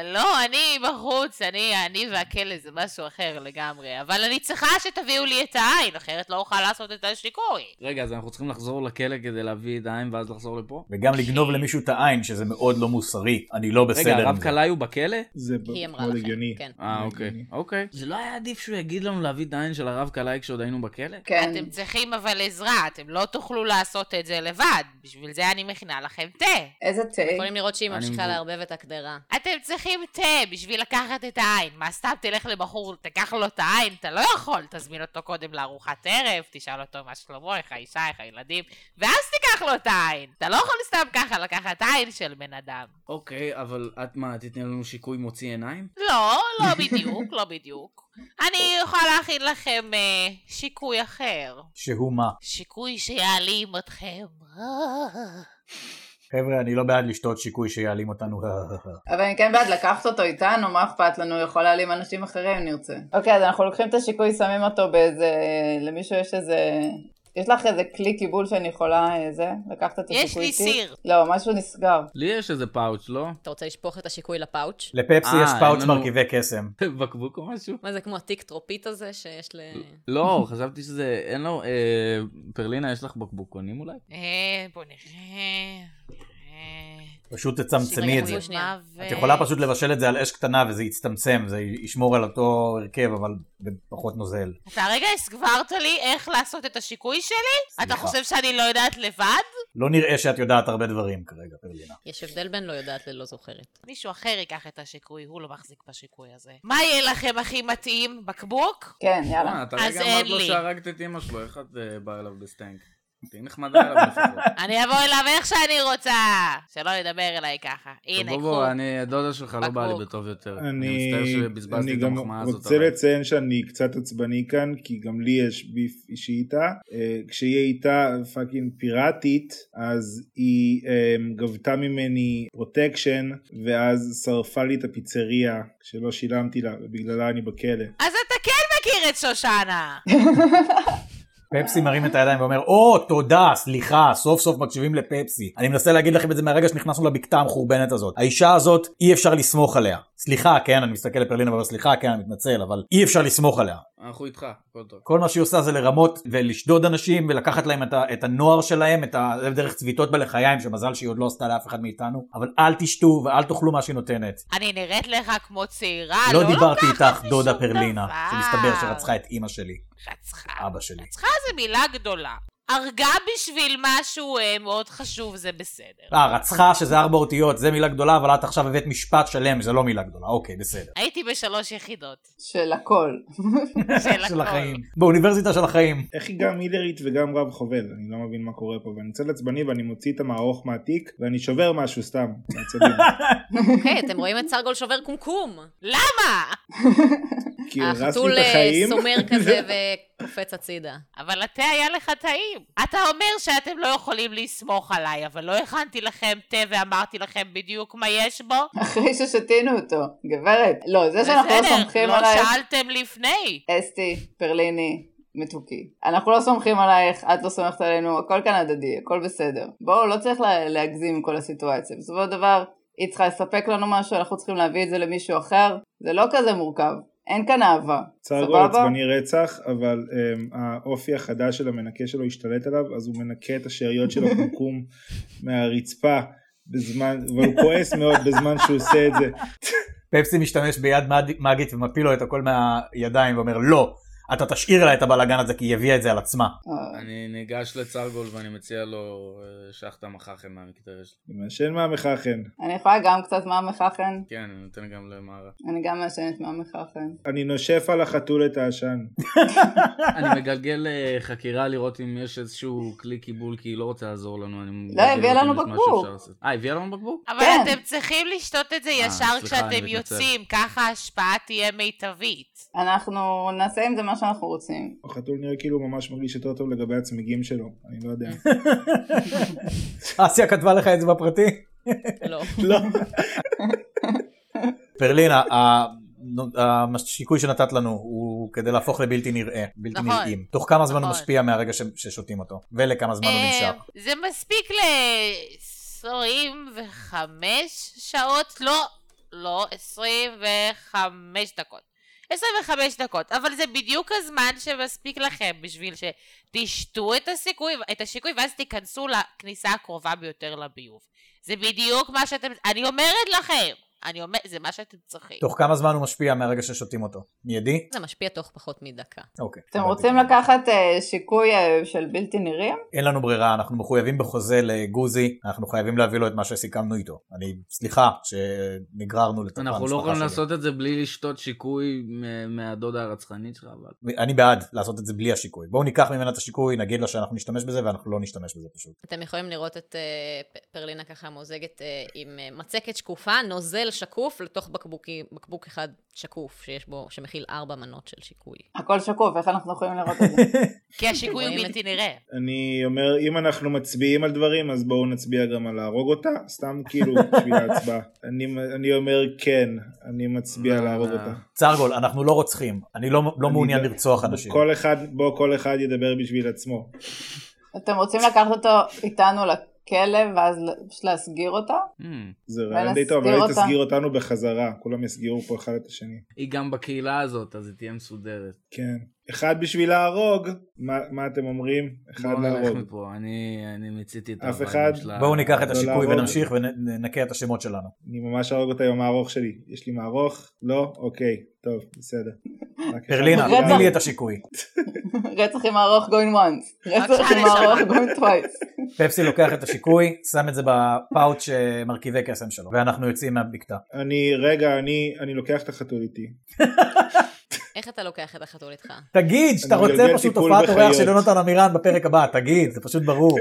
F: לא, אני בחוץ, אני, אני והכלא זה משהו אחר לגמרי. אבל אני צריכה שתביאו לי את העין, אחרת לא אוכל לעשות את השיקוי.
E: רגע, אז אנחנו צריכים לחזור לכלא כדי להביא ידיים ואז לחזור לפה?
B: וגם לגנוב למישהו את העין, שזה מאוד לא מוסרי. אני לא בסדר
E: רגע,
B: עם זה.
E: הרב קלעי הוא בכלא?
D: זה
A: היא אמרה
D: מאוד
A: לכם.
D: הגיוני.
A: כן.
E: אה,
D: הגיוני.
E: אוקיי. אוקיי. זה לא היה עדיף שהוא יגיד לנו להביא את העין של הרב קלעי כשעוד היינו בכלא?
C: כן.
F: אתם צריכים אבל עזרה, אתם לא תוכלו לעשות את זה לבד. בשביל זה אני מכינה לכם תה.
C: איזה תה.
A: יכולים לראות שהיא
E: אני
A: ממשיכה
E: מבין.
A: לערבב את הקדרה.
F: אתם צריכים תה בשביל לקחת את העין. מה סתם תלך לבחור, תיקח לו את העין? אתה לא יכול. תזמין אותו קודם לארוחת ערב, תשאל אותו מה שלמה, איך האישה, איך הילדים, ואז תיקח לו את העין. אתה לא יכול סתם ככה לקחת עין של בן אדם.
E: אוקיי, אבל את מה, תתני לנו שיקוי מוציא עיניים?
F: לא, לא בדיוק, לא בדיוק. אני יכולה להכין לכם אה, שיקוי אחר.
B: שהוא מה?
F: שיקוי שיעלים אתכם.
B: חבר'ה, אני לא בעד לשתות שיקוי שיעלים אותנו.
C: אבל אני כן בעד לקחת אותו איתנו, מה אכפת לנו, יכול להעלים אנשים אחרים אם נרצה. אוקיי, אז אנחנו לוקחים את השיקוי, שמים אותו באיזה... למישהו יש איזה... יש לך איזה כלי קיבול שאני יכולה, אה, זה? לקחת את
F: יש
C: השיקוי
F: לי
C: איתי?
F: סיר.
C: לא, משהו נסגר.
E: לי יש איזה פאוץ', לא? <laughs>
A: אתה רוצה לשפוך את השיקוי לפאוץ'?
B: לפפסי
E: אה,
B: יש
E: אין
B: פאוץ'
E: לנו-
B: מרכיבי קסם.
E: בקבוק או משהו?
A: מה זה כמו התיק טרופית הזה שיש ל...
E: <laughs> לא, חשבתי שזה, אין לו, אה, פרלינה, יש לך בקבוקונים אולי?
F: אה, בוא נראה. אה,
B: פשוט תצמצמי את זה. אה,
A: רגע, שנייה.
F: מוות.
B: את יכולה פשוט לבשל את זה על אש קטנה וזה יצטמצם, זה ישמור על אותו הרכב, אבל פחות נוזל.
F: אתה רגע הסגברת לי איך לעשות את השיקוי שלי? אתה
B: סליחה.
F: חושב שאני לא יודעת לבד?
B: לא נראה שאת יודעת הרבה דברים כרגע, פרלינה.
A: יש הבדל בין לא יודעת ללא זוכרת.
F: מישהו אחר ייקח את השיקוי, הוא לא מחזיק בשיקוי הזה. מה יהיה לכם הכי מתאים? בקבוק?
C: כן, יאללה.
E: מה, אה, אתה
F: אז
E: רגע
F: אין
E: אמרת לו
F: לי.
E: שהרגת את אמא שלו, איך את אה, באה אליו בסטנק? תהיי נחמדה אליו
F: <laughs>
E: לפחות.
F: אני אבוא אליו איך שאני רוצה! שלא ידבר אליי ככה. הנה,
E: טוב, בוא,
F: קחו.
E: בוא, אני, הדודה שלך לא באה
F: בקבוק.
E: לי בטוב יותר. אני
D: אני,
E: מצטער
D: אני
E: שבזבזתי את
D: גם
E: המחמאה הזאת.
D: רוצה
E: אבל-
D: לציין שאני קצת עצבני כאן, כי גם לי יש ביף אישי איתה. אה, כשהיא הייתה פאקינג פיראטית, אז היא אה, גבתה ממני פרוטקשן, ואז שרפה לי את הפיצריה, כשלא שילמתי לה, ובגללה אני בכלא.
F: אז אתה כן מכיר את
E: <laughs>
F: שושנה!
B: פפסי מרים את הידיים ואומר, או, תודה, סליחה, סוף סוף מקשיבים לפפסי. אני מנסה להגיד לכם את זה מהרגע שנכנסנו לבקתה המחורבנת הזאת. האישה הזאת, אי אפשר לסמוך עליה. סליחה, כן, אני מסתכל לפרלינה ואומר, סליחה, כן, אני מתנצל, אבל אי אפשר לסמוך עליה.
E: אנחנו איתך, הכל טוב.
B: כל מה שהיא עושה זה לרמות ולשדוד אנשים ולקחת להם את, ה- את הנוער שלהם, את ה... זה דרך צביטות בלחיים, שמזל שהיא עוד לא עשתה לאף אחד מאיתנו, אבל אל תשתו ואל תאכלו מה שהיא נותנת.
F: אני נראית לך כמו צעירה,
B: לא
F: לא
B: דיברתי
F: לוקחת
B: איתך,
F: משום
B: דודה פרלינה,
F: דבר.
B: שמסתבר שרצחה את אימא שלי,
F: רצחה.
B: אבא שלי.
F: רצחה זה מילה גדולה. הרגה בשביל משהו אה, מאוד חשוב, זה בסדר.
B: אה, רצחה שזה ארבע אותיות, זה מילה גדולה, אבל את עכשיו הבאת משפט שלם, זה לא מילה גדולה, אוקיי, בסדר.
F: הייתי
C: <laughs>
F: בשלוש יחידות.
C: של הכל.
F: של הכל.
B: של החיים. באוניברסיטה של החיים.
D: איך היא גם הילרית וגם רב חובל? אני לא מבין מה קורה פה, ואני קצת עצבני ואני מוציא את המערוך מהתיק, ואני שובר משהו סתם. מעצבים.
A: <laughs> אוקיי, אתם רואים את סרגול שובר קומקום.
F: לא, למה?
D: כי הרסת לי
A: החתול
D: את
A: אה,
D: החיים. <laughs>
A: סומר כזה וקופץ הצידה.
F: אבל התה היה לך טעים. אתה אומר שאתם לא יכולים לסמוך עליי, אבל לא הכנתי לכם תה ואמרתי לכם בדיוק מה יש בו.
C: אחרי ששתינו אותו. גברת. לא, זה שאנחנו לא סומכים
F: לא
C: עלייך,
F: שאלתם לפני.
C: אסתי, פרליני, מתוקי. אנחנו לא סומכים עלייך, את לא סומכת עלינו, הכל כאן הדדי, הכל בסדר. בואו, לא צריך לה, להגזים עם כל הסיטואציה. בסופו של דבר, היא צריכה לספק לנו משהו, אנחנו צריכים להביא את זה למישהו אחר. זה לא כזה מורכב. אין כאן אהבה.
D: צרגו
C: סבבה?
D: עצבני רצח, אבל um, האופי החדש של המנקה שלו השתלט עליו, אז הוא מנקה את השאריות של הקומקום <laughs> מהרצפה. בזמן, והוא כועס מאוד בזמן שהוא עושה את זה.
B: פפסי משתמש ביד מד- מגית ומפיל לו את הכל מהידיים ואומר, לא, אתה תשאיר לה את הבלאגן הזה כי היא הביאה את זה על עצמה.
C: אה,
E: אני ניגש לצרגול ואני מציע לו אה, שחטה מחכם מהמקטרת שלו.
D: הוא מעשן כן. מהמחכן.
C: אני יכולה גם קצת מה מחכן?
E: כן, אני נותן גם למערה.
C: אני גם מעשנת מה מחכן.
D: אני נושף על החתול את העשן.
B: <laughs>
E: אני מגלגל אה, חקירה לראות אם יש איזשהו כלי קיבול, כי היא לא רוצה לעזור לנו. אני מגלגל
B: לא,
C: הביאה
E: לראות אם
C: לנו
E: יש משהו
C: בקבוק.
E: אפשר לעשות. אה, הביאה לנו בקבוק?
F: אבל
C: כן.
F: אתם צריכים לשתות את זה
E: אה, סליחה,
F: ישר
E: אני
F: כשאתם
E: מתנצל.
F: יוצאים, ככה ההשפעה תהיה מיטבית.
C: אנחנו נעשה עם זה מה שאנחנו רוצים.
D: החתול נראה כאילו הוא ממש מרגיש יותר טוב לגבי הצמיגים שלו, אני לא יודע.
B: אסיה כתבה לך את זה בפרטי?
A: לא.
D: לא.
B: פרלינה, ה- נו- השיקוי שנתת לנו הוא כדי להפוך לבלתי נראה, בלתי
F: נכון.
B: נראים. תוך כמה זמן הוא
F: נכון.
B: משפיע מהרגע ש- ששותים אותו, ולכמה זמן הוא
F: אה,
B: נמשך.
F: זה מספיק ל-25 שעות, לא, לא, 25 דקות. 25 דקות, אבל זה בדיוק הזמן שמספיק לכם בשביל שתשתו את הסיכוי, את השיקוי ואז תיכנסו לכניסה הקרובה ביותר לביוב. זה בדיוק מה שאתם, אני אומרת לכם, אני אומרת, זה מה שאתם צריכים.
B: תוך כמה זמן הוא משפיע מהרגע ששותים אותו? מיידי?
A: זה משפיע תוך פחות מדקה.
B: אוקיי.
C: אתם
B: הבנתי.
C: רוצים לקחת אה, שיקוי אה, של בלתי נראים?
B: אין לנו ברירה, אנחנו מחויבים בחוזה לגוזי, אנחנו חייבים להביא לו את מה שסיכמנו איתו. אני, סליחה, שנגררנו לתוך המשפחה
E: אנחנו
B: שלי.
E: לא יכולים לעשות את זה בלי לשתות שיקוי מ- מהדודה הרצחנית שלך, אבל...
B: אני בעד לעשות את זה בלי השיקוי. בואו ניקח ממנה את השיקוי, נגיד לה שאנחנו נשתמש בזה, ואנחנו לא נשתמש בזה פשוט.
A: אתם יכולים לראות את אה, פ- פרלינה ככה מוזגת אה, עם אה, מצקת שקופה, נוזל שקוף לתוך בקבוקי, בקבוק אחד שקוף, שיש בו, שמכיל ארבע מנות של שיקוי.
C: הכל שקוף, איך אנחנו יכולים לראות את זה?
F: כי השיקוי הוא
A: רואים
F: בלתי נראה.
D: אני אומר, אם אנחנו מצביעים על דברים, אז בואו נצביע גם על להרוג אותה, סתם כאילו בשביל ההצבעה. אני, אני אומר כן, אני מצביע להרוג אותה.
B: צרגול, אנחנו לא רוצחים, אני לא, לא
D: אני
B: מעוניין
D: ב-
B: לרצוח אנשים.
D: כל אחד, בוא כל אחד ידבר בשביל עצמו.
C: אתם רוצים לקחת אותו איתנו ל- כלב, ואז פשוט להסגיר אותה.
E: Hmm.
D: זה
C: ונסתיר
D: רעיון די טוב, אבל היא
C: אותה.
D: תסגיר אותנו בחזרה, כולם יסגירו פה אחד את השני.
E: היא גם בקהילה הזאת, אז היא תהיה מסודרת.
D: כן. אחד בשביל להרוג, מה, מה אתם אומרים? אחד
E: בואו נלך
D: להרוג.
E: מפה, אני אני מיציתי את
D: אף
E: הרעיון
D: אחד?
E: שלה.
B: בואו ניקח את
D: לא
B: השיקוי
D: להרוג.
B: ונמשיך ונקה את השמות שלנו.
D: אני ממש ארוג אותה עם הארוך שלי. יש לי מערוך? לא? אוקיי, טוב, בסדר. רק אחד
B: פרלינה,
D: בשביל
B: תני לי
D: להרוג.
B: את השיקוי.
C: <laughs> רצח עם הארוך going once. רצח עם
F: שנייה,
C: הארוך
F: נשמה.
C: going twice.
B: פפסי לוקח את השיקוי, שם את זה בפאוץ' שמרכיבי קסם שלו, ואנחנו יוצאים מהבקתה.
D: אני, רגע, אני, אני לוקח את החתול איתי.
A: איך אתה לוקח את החתול איתך?
B: תגיד, שאתה
D: אני
B: רוצה
D: מגלגל
B: פשוט
D: טיפול
B: הופעת אורח
D: בחיות.
B: של יונתן עמירן בפרק הבא, תגיד, זה פשוט ברור.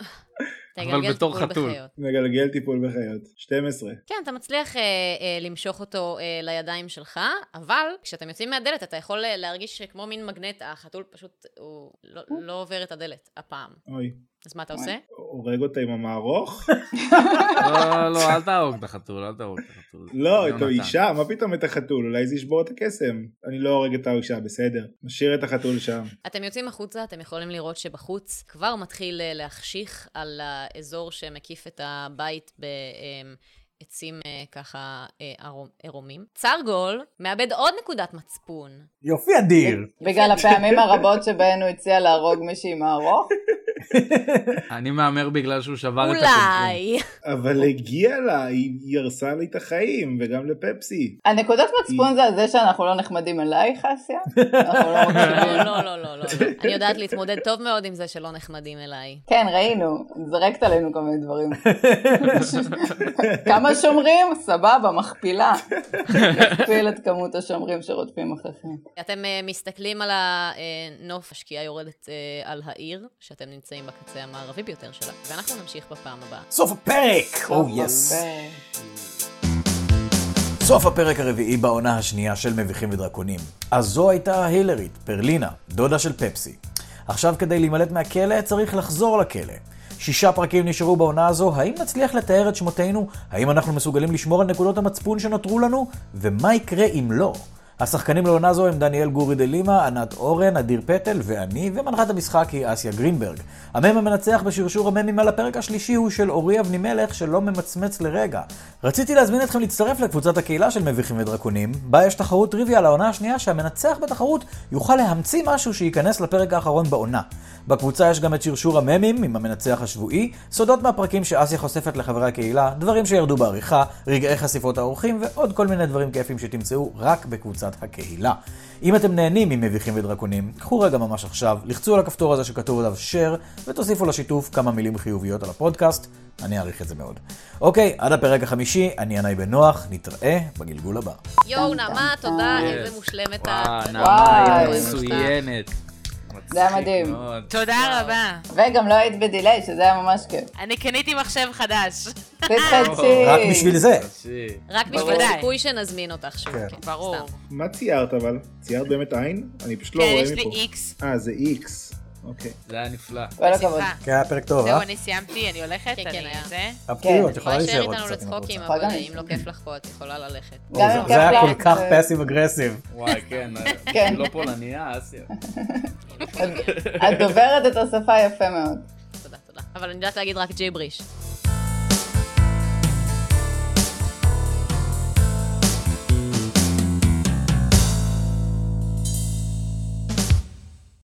E: אבל
A: תגלגל
E: בתור
A: טיפול
E: חתול.
A: בחיות.
D: מגלגל טיפול בחיות. 12.
A: כן, אתה מצליח אה, אה, למשוך אותו אה, לידיים שלך, אבל כשאתם יוצאים מהדלת אתה יכול אה, להרגיש שכמו מין מגנט, החתול פשוט, הוא לא, לא עובר את הדלת הפעם.
D: אוי.
A: אז מה אתה עושה?
D: הורג אותה עם המערוך?
E: לא, לא, אל תהרוג את החתול, אל תהרוג את החתול.
D: לא, את
E: יונתן.
D: האישה, מה פתאום את החתול? אולי זה ישבור את הקסם. אני לא הורג את האישה, בסדר. משאיר את החתול שם.
A: אתם יוצאים החוצה, אתם יכולים לראות שבחוץ כבר מתחיל אה, להחשיך על האזור שמקיף את הבית בעצים אה, ככה אה, ערום- עירומים. צרגול מאבד עוד נקודת מצפון.
B: יופי אדיר.
C: בגלל הפעמים הרבות שבהן הוא הציע להרוג מישהי עם הארוך.
E: אני מהמר בגלל שהוא שבר את הקומקום.
A: אולי.
D: אבל הגיע לה, היא היא הרסה לי את החיים, וגם לפפסי.
C: הנקודות מצפון זה על זה שאנחנו לא נחמדים אלייך, אסיה? אנחנו לא מקשיבים.
A: <laughs> לא, לא, לא, לא, לא. אני יודעת להתמודד טוב מאוד עם זה שלא נחמדים אליי.
C: כן, ראינו, זרקת עלינו כל מיני דברים. כמה שומרים? סבבה, מכפילה. מכפיל את כמות השומרים שרודפים אחריכם.
A: אתם אה, מסתכלים על הנוף, השקיעה יורדת אה, על העיר, שאתם נמצאים בקצה המערבי ביותר שלה, ואנחנו נמשיך בפעם הבאה.
B: סוף הפרק! Oh, או יס. סוף הפרק הרביעי בעונה השנייה של מביכים ודרקונים. אז זו הייתה הילרית, פרלינה, דודה של פפסי. עכשיו כדי להימלט מהכלא צריך לחזור לכלא. שישה פרקים נשארו בעונה הזו, האם נצליח לתאר את שמותינו? האם אנחנו מסוגלים לשמור על נקודות המצפון שנותרו לנו? ומה יקרה אם לא? השחקנים לעונה זו הם דניאל גורי דה לימה, ענת אורן, אדיר פטל ואני, ומנחת המשחק היא אסיה גרינברג. המם המנצח בשרשור הממים על הפרק השלישי הוא של אורי אבנימלך שלא ממצמץ לרגע. רציתי להזמין אתכם להצטרף לקבוצת הקהילה של מביכים ודרקונים, בה יש תחרות טריוויה על העונה השנייה שהמנצח בתחרות יוכל להמציא משהו שייכנס לפרק האחרון בעונה. בקבוצה יש גם את שרשור הממים עם המנצח השבועי, סודות מהפרקים שאסיה חושפת לחברי הקהילה, דברים שירדו בעריכה, רגעי חשיפות האורחים ועוד כל מיני דברים כיפים שתמצאו רק בקבוצת הקהילה. אם אתם נהנים ממביכים ודרקונים, קחו רגע ממש עכשיו, לחצו על הכפתור הזה שכתוב עליו share ותוסיפו לשיתוף כמה מילים חיוביות על הפודקאסט, אני אעריך את זה מאוד. אוקיי, עד הפרק החמישי, אני ינאי בנוח, נתראה בגלגול הבא.
A: יואו, נעמה, תודה,
E: Yes.
A: איזה מושלמת
E: וואו,
A: את.
E: נעמה, היא
C: וואי.
E: מצוינת.
C: זה היה
E: מצחיק
C: מדהים.
E: מאוד.
F: תודה רבה.
C: וגם לא היית בדיליי, שזה היה ממש כיף.
F: אני קניתי מחשב חדש.
C: תתחדשי.
B: רק בשביל זה.
E: תקשיב.
A: רק בשביל
F: ברור.
A: הסיכוי שנזמין אותך שוב.
B: כן.
A: כן,
F: ברור.
A: סתם.
D: מה ציירת אבל? ציירת באמת עין? אני פשוט לא
F: כן,
D: רואה
F: יש לי
D: מפה.
F: איקס.
D: אה, זה איקס. אוקיי.
E: זה היה נפלא.
C: כל הכבוד.
F: בשמחה.
B: כן, היה פרק טוב, אה?
F: זהו, אני סיימתי, אני הולכת.
A: כן, כן,
F: אני
A: היה.
F: זה.
B: הפתיעו, את
A: כן, את יכולה
B: יכולה
A: להישאר
B: להישאר עוד
A: איתנו
B: קצת אם את
A: לצחוקים,
B: רוצה.
A: אבל
C: יכולה גם
A: אם לא כיף לך פה, את יכולה ללכת.
C: גם
B: זה-
C: אם
B: זה היה
C: כיף
B: כל
C: לך,
B: כך
C: זה-
B: פאסיב אגרסיב.
E: וואי, כן,
C: כן.
E: לא פולניה, אסיה.
C: את דוברת את השפה יפה מאוד.
A: תודה, תודה. אבל אני יודעת להגיד רק ג'יבריש.